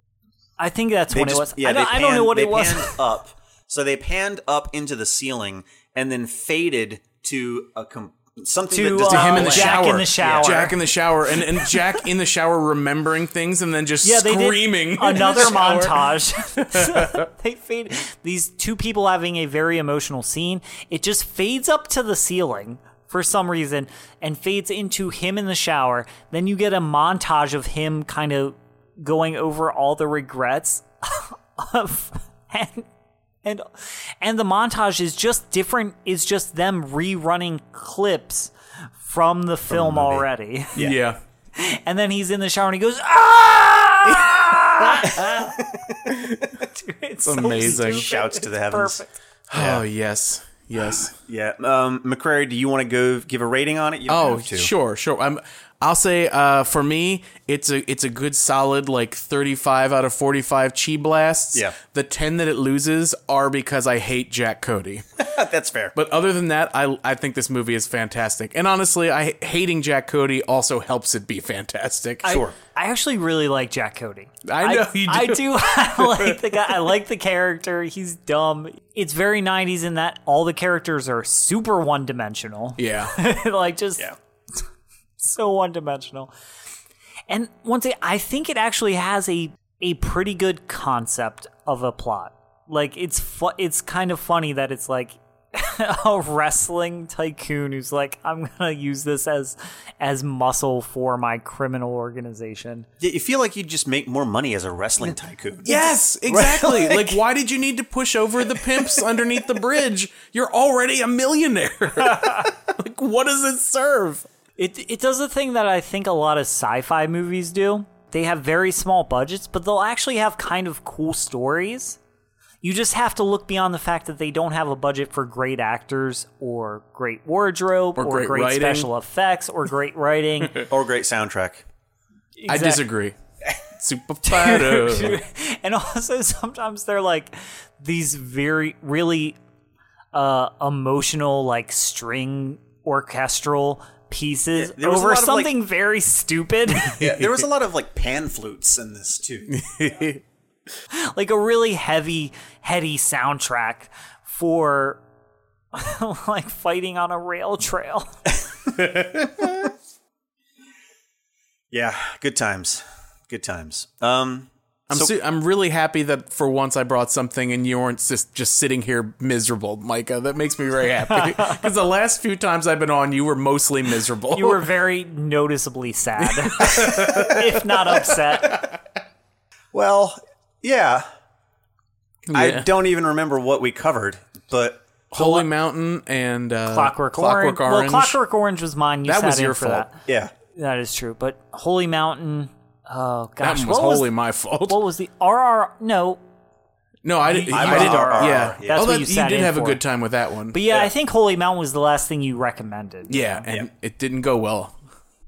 [SPEAKER 1] I think that's
[SPEAKER 2] They
[SPEAKER 1] when
[SPEAKER 2] just-
[SPEAKER 1] it was.
[SPEAKER 2] Yeah,
[SPEAKER 1] I, don't,
[SPEAKER 2] they
[SPEAKER 1] I don't know
[SPEAKER 2] panned-
[SPEAKER 1] what
[SPEAKER 2] they
[SPEAKER 1] it was.
[SPEAKER 2] Panned up, so they panned up into the ceiling and then faded to a com- something
[SPEAKER 1] To,
[SPEAKER 2] that does
[SPEAKER 1] uh,
[SPEAKER 2] not
[SPEAKER 3] Him in the
[SPEAKER 1] Jack
[SPEAKER 3] shower.
[SPEAKER 1] in the shower.
[SPEAKER 3] Jack in the shower. And, and Jack in the shower remembering things and then just
[SPEAKER 1] yeah, they
[SPEAKER 3] screaming.
[SPEAKER 1] did another
[SPEAKER 3] in the shower.
[SPEAKER 1] montage. they fade these two people having a very emotional scene. It just fades up to the ceiling for some reason and fades into him in the shower. Then you get a montage of him kind of going over all the regrets of and and and the montage is just different is just them rerunning clips from the film already.
[SPEAKER 3] Yeah.
[SPEAKER 1] And then he's in the shower and he goes, ah! Dude, it's so
[SPEAKER 3] Amazing.
[SPEAKER 1] stupid.
[SPEAKER 2] shouts to the heavens.
[SPEAKER 1] Perfect.
[SPEAKER 3] Oh, yes. Yes.
[SPEAKER 2] Yeah, um, McCrary, do you want to go give a rating on it? You don't
[SPEAKER 3] Oh,
[SPEAKER 2] have to.
[SPEAKER 3] sure, sure. I'm, I'll say uh, for me, it's a it's a good solid like 35 out of 45 chi blasts.
[SPEAKER 2] Yeah.
[SPEAKER 3] The 10 that it loses are because I hate Jack Cody.
[SPEAKER 2] that's fair.
[SPEAKER 3] But other than that, I I think this movie is fantastic. And honestly, I hating Jack Cody also helps it be fantastic.
[SPEAKER 2] sure,
[SPEAKER 1] I actually really like Jack Cody.
[SPEAKER 3] I know you do.
[SPEAKER 1] I do. I like the guy. I like the character. He's dumb. It's very 90s in that all the characters are super one dimensional.
[SPEAKER 3] Yeah.
[SPEAKER 1] like just
[SPEAKER 2] Yeah.
[SPEAKER 1] so one dimensional. And once again, I think it actually has a a pretty good concept of a plot. Like it's fu- it's kind of funny that it's like a wrestling tycoon who's like, I'm gonna use this as as muscle for my criminal organization.
[SPEAKER 2] Yeah, you feel like you'd just make more money as a wrestling tycoon.
[SPEAKER 3] Yes, exactly.
[SPEAKER 2] Right,
[SPEAKER 3] like,
[SPEAKER 2] like-
[SPEAKER 3] why did you need to push over the pimps underneath the bridge? You're already a millionaire. like, what does it serve?
[SPEAKER 1] It it does a thing that I think a lot of sci-fi movies do. They have very small budgets, but they'll actually have kind of cool stories. You just have to look beyond the fact that they don't have a budget for great actors or great wardrobe or,
[SPEAKER 3] great
[SPEAKER 1] great
[SPEAKER 3] writing.
[SPEAKER 1] special effects or great writing.
[SPEAKER 2] Or great soundtrack.
[SPEAKER 3] I
[SPEAKER 1] Exact-
[SPEAKER 3] disagree. Super fighter.
[SPEAKER 1] and also sometimes they're like these very really uh emotional like string orchestral pieces
[SPEAKER 2] there was a
[SPEAKER 1] over
[SPEAKER 2] lot of, like-
[SPEAKER 1] something very stupid
[SPEAKER 2] Yeah, there was a lot of like pan flutes in this too.
[SPEAKER 1] like a really heavy heady soundtrack for like fighting on a rail trail
[SPEAKER 2] yeah, good times. Good times. Um
[SPEAKER 3] I'm su- I'm really happy that for once I brought something and you weren't just just sitting here miserable, Micah. That makes me very happy because the last few times I've been on, you were mostly miserable.
[SPEAKER 1] you were very noticeably sad if not
[SPEAKER 3] Uh,
[SPEAKER 1] upset
[SPEAKER 2] well, yeah.
[SPEAKER 3] Yeah.
[SPEAKER 2] I don't even remember what we covered, but
[SPEAKER 3] Holy Mountain and uh,
[SPEAKER 1] clockwork, orange
[SPEAKER 3] Clockwork Orange.
[SPEAKER 1] well clockwork orange was mine you
[SPEAKER 3] That
[SPEAKER 1] sat
[SPEAKER 3] was
[SPEAKER 1] in
[SPEAKER 3] your
[SPEAKER 1] for
[SPEAKER 3] fault.
[SPEAKER 1] that
[SPEAKER 2] yeah.
[SPEAKER 1] That is true. But Holy Mountain, oh
[SPEAKER 3] that
[SPEAKER 1] gosh,
[SPEAKER 3] one was
[SPEAKER 1] what
[SPEAKER 3] wholly
[SPEAKER 1] was
[SPEAKER 3] my fault.
[SPEAKER 1] what was the RR? No,
[SPEAKER 3] No, I didn't.
[SPEAKER 2] I
[SPEAKER 3] I,
[SPEAKER 2] was
[SPEAKER 3] didn't.
[SPEAKER 2] RR,
[SPEAKER 3] Yeah,
[SPEAKER 2] yeah.
[SPEAKER 1] That's
[SPEAKER 3] Oh,
[SPEAKER 1] what
[SPEAKER 3] that-
[SPEAKER 1] you
[SPEAKER 3] you,
[SPEAKER 1] sat
[SPEAKER 3] did
[SPEAKER 1] in
[SPEAKER 3] have a
[SPEAKER 1] for.
[SPEAKER 3] good time with that one.
[SPEAKER 1] but yeah, I think Holy Mountain was the last thing you recommended.
[SPEAKER 3] yeah, and it didn't go well.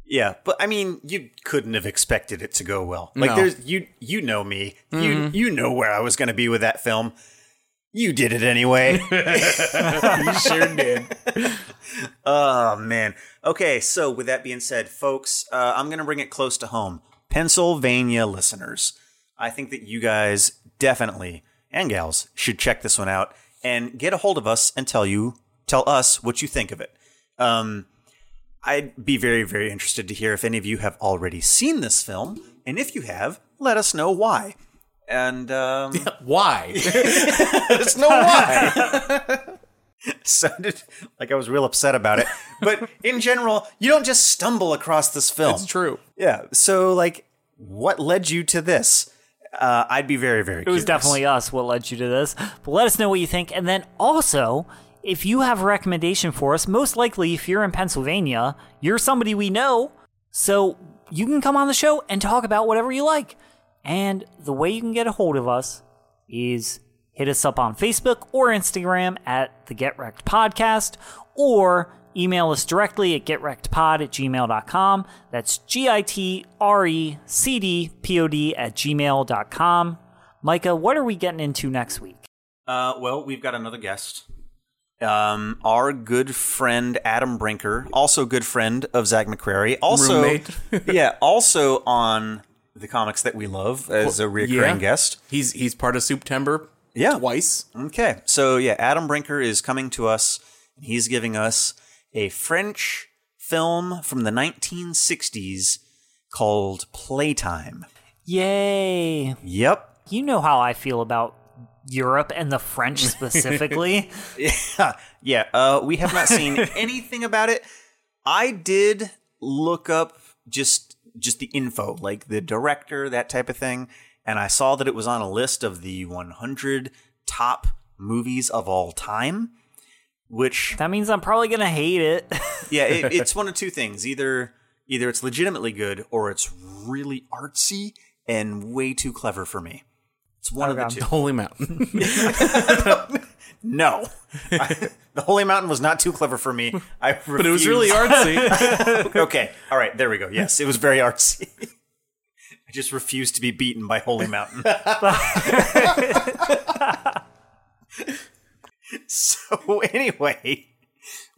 [SPEAKER 2] Yeah, but I mean, you couldn't have expected it to go well. Like
[SPEAKER 3] No.
[SPEAKER 2] there's you you know me. You you know where I was going to be with that film. You did it anyway.
[SPEAKER 3] You sure did.
[SPEAKER 2] oh man. Okay, so with that being said, folks, uh, I'm going to bring it close to home. Pennsylvania listeners, I think that you guys definitely and gals should check this one out and get a hold of us and tell you tell us what you think of it. Um, I'd be very, very interested to hear if any of you have already seen this film, and if you have, let us know why. And um,
[SPEAKER 3] Why?
[SPEAKER 2] There's no why. Sounded like I was real upset about it. But in general, you don't just stumble across this film.
[SPEAKER 3] It's true.
[SPEAKER 2] Yeah. So, like, what led you to this? Uh, I'd be very, very
[SPEAKER 1] It was definitely us what led you to this. But let us know what you think. And then also, if you have a recommendation for us, most likely if you're in Pennsylvania, you're somebody we know. So you can come on the show and talk about whatever you like. And the way you can get a hold of us is hit us up on Facebook or Instagram at the Get Wrecked Podcast or email us directly at getwreckedpod at gmail.com. That's G I T R E C D P O D at gmail.com. Micah, what are we getting into next week?
[SPEAKER 2] Uh, well, we've got another guest. Um, our good friend Adam Brinker, also good friend of Zach McCrary, also
[SPEAKER 3] Roommate.
[SPEAKER 2] yeah, also on the comics that we love as a reoccurring
[SPEAKER 3] Yeah.
[SPEAKER 2] guest.
[SPEAKER 3] He's he's part of Soup Timber.
[SPEAKER 2] Yeah.
[SPEAKER 3] twice.
[SPEAKER 2] Okay. So yeah, Adam Brinker is coming to us. and He's giving us a French film from the 1960s called Playtime.
[SPEAKER 1] Yay!
[SPEAKER 2] Yep.
[SPEAKER 1] You know how I feel about Europe and the French specifically.
[SPEAKER 2] yeah, uh, we have not seen anything about it. I did look up just just the info, like the director, that type of thing, and I saw that it was on a list of the 100 top movies of all time, which
[SPEAKER 1] that means I'm probably going to hate it.
[SPEAKER 2] yeah, it, it's one of two things. Either either it's legitimately good or it's really artsy and way too clever for me. It's
[SPEAKER 3] Oh,
[SPEAKER 2] one of the two.
[SPEAKER 3] Holy Mountain.
[SPEAKER 2] No. I- the Holy Mountain was not too clever for me. I refuse.
[SPEAKER 3] but it was really artsy.
[SPEAKER 2] okay. All right, there we go. Yes, it was very artsy. I just refuse to be beaten by Holy Mountain. so anyway,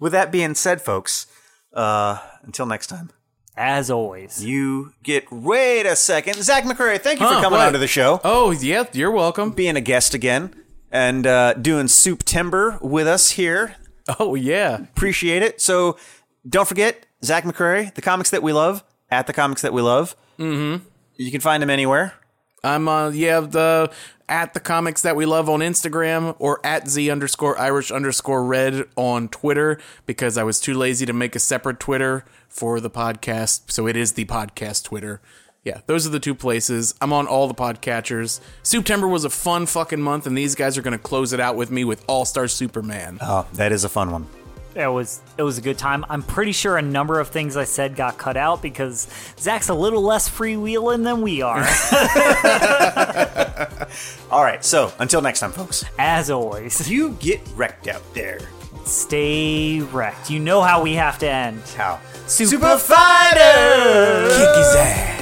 [SPEAKER 2] with that being said, folks, uh, until next time.
[SPEAKER 1] As always.
[SPEAKER 2] You get wait a second, Zach McCrary. Thank you
[SPEAKER 3] Huh,
[SPEAKER 2] for coming
[SPEAKER 3] what?
[SPEAKER 2] onto the show,
[SPEAKER 3] oh yeah, you're welcome.
[SPEAKER 2] being a guest again, and uh, doing Soup Timber with us here.
[SPEAKER 3] Oh yeah.
[SPEAKER 2] Appreciate it. So don't forget Zach McCrary, the comics that we love at the comics that we love. Mm-hmm. You can find him anywhere.
[SPEAKER 3] I'm uh yeah the at the comics that we love on Instagram or at z underscore Irish underscore red on Twitter because I was too lazy to make a separate Twitter for the podcast, so it is the podcast Twitter. Yeah, those are the two places. I'm on all the podcatchers. September was a fun fucking month, and these guys are going to close it out with me with All Star Superman.
[SPEAKER 2] Oh, that is a fun one.
[SPEAKER 1] It was it was a good time. I'm pretty sure a number of things I said got cut out because Zach's a little less freewheeling than we are.
[SPEAKER 2] All right, so until next time, folks.
[SPEAKER 1] As always,
[SPEAKER 2] You get wrecked out there.
[SPEAKER 1] stay wrecked. You know how we have to end.
[SPEAKER 2] How?
[SPEAKER 1] Super
[SPEAKER 2] Fighter!
[SPEAKER 3] Kick his ass.